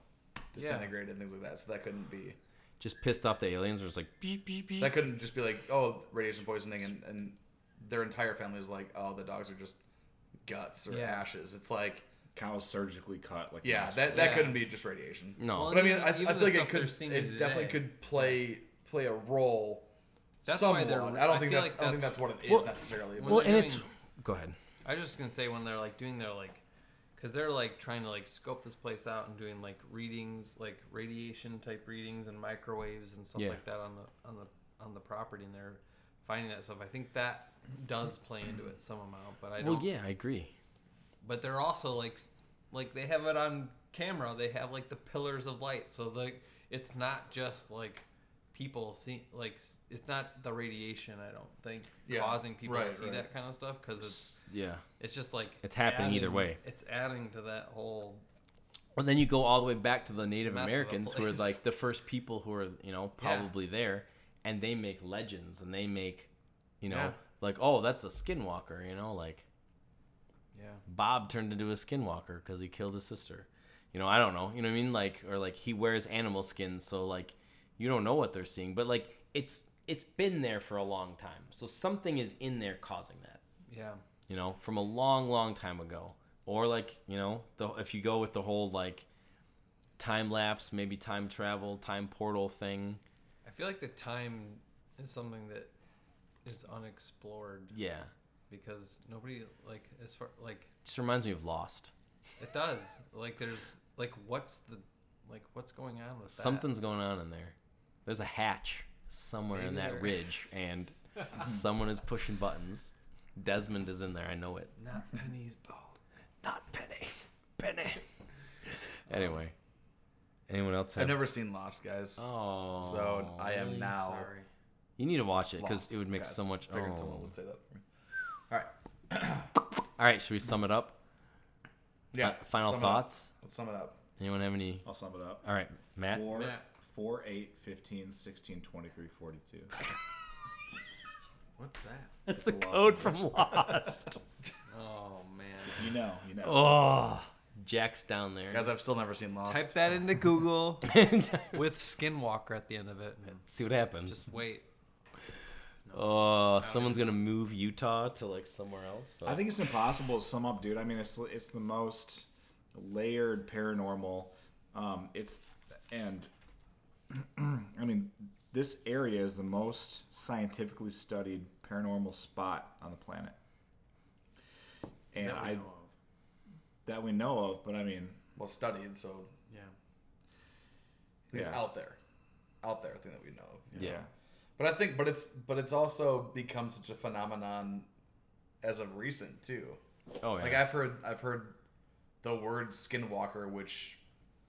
disintegrated and things like that so that couldn't be
Just pissed off the aliens, there's like beep, beep, beep.
that couldn't just be like oh radiation poisoning and, and their entire family is like oh the dogs are just guts or
Yeah.
ashes it's like
cows surgically cut. Like
yeah that, that
Yeah.
couldn't be just radiation
no.
Well,
But I mean,
Even-
I, I feel
even the
like it
stuff they're
could.
seeing
It definitely
today.
could play play a role.
That's why
somewhat.
they're-
I don't
I
think that,
feel like
I don't think
that's-
that's what it is
Well-
necessarily.
when
well, and
they're
it's
doing-
go ahead.
I was just gonna say when they're like doing their like, because they're like trying to like scope this place out and doing like readings, like radiation type readings and microwaves and stuff
Yeah.
like that on the on the on the property, and they're finding that stuff. I think that does play into it some amount, but I don't.
Well, yeah, I agree.
But they're also like, s- like they have it on camera. They have like the pillars of light, so like it's not just like people see like s- it's not the radiation. I don't think
Yeah,
causing people
right,
to see
right.
that kind of stuff because it's
Yeah.
it's just like
It's happening either way.
It's adding to that whole
Well, then you go all the way back to the Native
Mess of the
Americans, who are
place.
like the first people who are, you know,
Yeah.
probably there, and they make legends and they make, you know,
Yeah.
like oh, that's a skinwalker, you know, like
yeah.
Bob turned into a skinwalker because he killed his sister. You know, I don't know. You know what I mean? Like, or like he wears animal skins, so like you don't know what they're seeing, but like it's it's been there for a long time, so something is in there causing that
Yeah.
you know, from a long, long time ago. Or like, you know, the, if you go with the whole like time lapse, maybe time travel, time portal thing.
I feel like the time is something that is unexplored
Yeah,
because nobody like as far like
just reminds me of Lost.
it does. Like there's like what's the like what's going on with that?
Something's going on in there. There's a hatch somewhere in
Maybe
that
there-
ridge, and someone is pushing buttons. Desmond is in there. I know it.
not Penny's boat.
Not Penny. Penny. anyway, anyone else have?
I've never seen Lost, guys.
Oh,
so I am now
Sorry.
You need to watch it because
lost,
it would make
guys.
so much.
Figured
oh.
someone would say that. For me. All right.
All right, should we sum it up?
Yeah.
Fi- final
sum it up.
thoughts?
Let's sum it up.
Anyone have any?
I'll sum it up.
All right, Matt.
Four,
Matt.
four, eight, 15, 16, 23, 42.
What's that?
That's the
Lost
code from Lost.
Oh man.
You know, you know.
oh, [LAUGHS] Jack's down there.
Guys, I've still never seen Lost.
[LAUGHS] Type that
[LAUGHS]
into Google [LAUGHS] with Skinwalker at the end of it. And
See what happens.
just wait.
oh, someone's gonna move Utah to like somewhere else. though.
I think it's impossible to sum up, dude. I mean, it's it's the most layered paranormal. Um, it's and [CLEARS THROAT] I mean, this area is the most scientifically studied paranormal spot on the planet, and
That we
I
know of.
that we know of. But I mean,
Well studied, so
Yeah.
it's
yeah,
out there, out there. Thing that we know. Of.
Yeah.
yeah.
But I think, but it's but it's also become such a phenomenon as of recent too.
Oh yeah.
Like I've heard, I've heard the word skinwalker, which,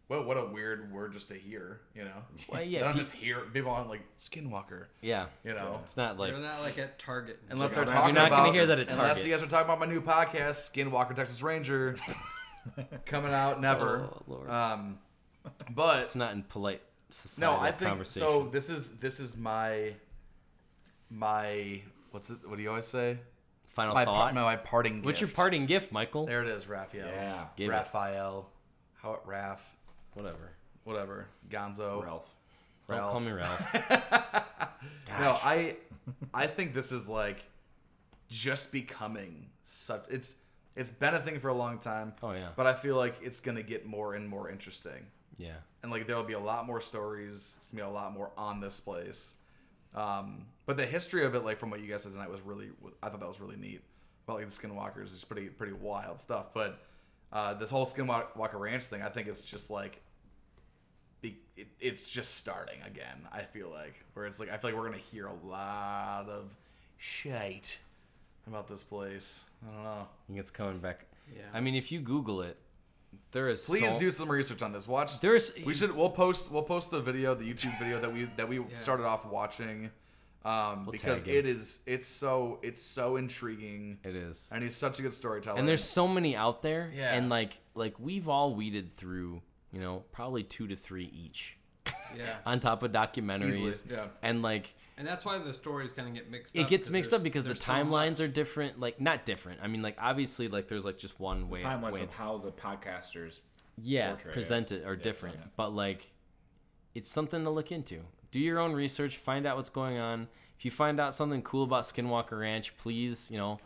well, what a weird word just to hear, you know?
[LAUGHS] Well,
I
yeah.
don't
pe-
just hear people aren't like skinwalker,
yeah.
you know.
It's not like
You're not like at Target. and
Unless they're
You're
talking
not
about,
gonna hear that at
unless
Target.
you guys are talking about my new podcast, Skinwalker Texas Ranger,
[LAUGHS]
coming out never.
Oh, Lord.
Um, but
it's not in polite
no,
society
I think
conversation.
so. This is this is my my what's it? What do you always say?
Final
My par-
thought.
my, my parting. Gift.
What's your parting gift, Michael?
There it is, Raphael.
Yeah.
Give it.
Raphael. How it Raph.
Whatever.
whatever
Oh,
Gonzo.
Ralph.
Don't call
Ralph.
me
[LAUGHS]
Ralph.
No, I I think this is like just becoming such it's It's been a thing for a long time.
Oh, yeah.
But I feel like it's gonna get more and more interesting,
Yeah.
and like there'll be a lot more stories. It's gonna be a lot more on this place. Um, but the history of it, like from what you guys said tonight, was really I thought that was really neat. About like the Skinwalkers is pretty pretty wild stuff. But uh, this whole Skinwalker Ranch thing, I think it's just like be, it, it's just starting again. I feel like where it's like I feel like we're gonna hear a lot of shite about this place. I don't know.
I think it's coming back.
Yeah.
I mean, if you Google it, there is
Please
so-
do some research on this. Watch.
There's
we should. We'll post. We'll post the video, the YouTube video that we that we started off watching, um, because
tag him.
it is. It's so. It's so intriguing,
It is.
and he's such a good storyteller.
and there's so many out there
Yeah.
and like like we've all weeded through you know probably two to three each
yeah.
on top of documentaries
Easily, yeah.
and like
And that's why the stories kind of get mixed up.
it gets mixed up because the timelines
are
are different like not different i mean like obviously like there's like just one way,
timelines
way
of how the podcasters
yeah
portray it.
present it are different but like it's something to look into do your own research find out what's going on if you find out something cool about skinwalker ranch please you know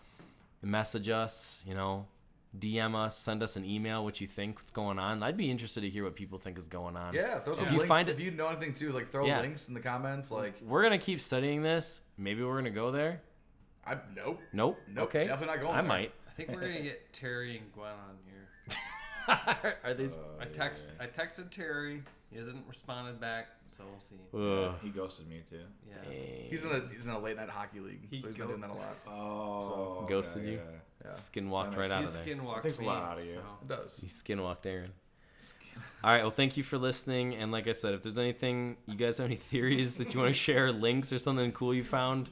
message us you know dm us send us an email what you think what's going on i'd be interested to hear what people think is going on
yeah, throw some
If you
links
find it-
if you know anything too. Like throw
Yeah.
links in the comments. Like
we're gonna keep studying this maybe we're gonna go there
I nope.
nope
Nope,
okay
definitely not going
i
there.
might
I think we're gonna
[LAUGHS]
get Terry and Gwen on here.
[LAUGHS] are they
Oh,
I text I texted Terry. He hasn't responded back, so we'll see.
Ugh.
uh, he ghosted me too.
Yeah.
He's in a he's in a late night hockey league, so he's been doing that a lot.
Oh, okay,
Ghosted you?
yeah.
skinwalked right out
He's
of there
skinwalked
Takes a
me,
lot out of you.
so-
It does.
You skinwalked Aaron. All right. Well, thank you for listening. And like I said, if there's anything you guys have any [LAUGHS] theories that you want to share, links or something cool you found,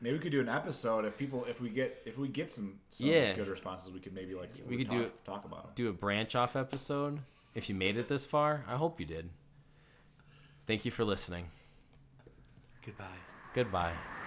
Maybe we could do an episode if people if we get if we get some, some
Yeah.
good responses we could maybe like
We could
talk,
do it.
talk about it.
do a branch off episode. If you made it this far, I hope you did. Thank you for listening.
Goodbye.
Goodbye.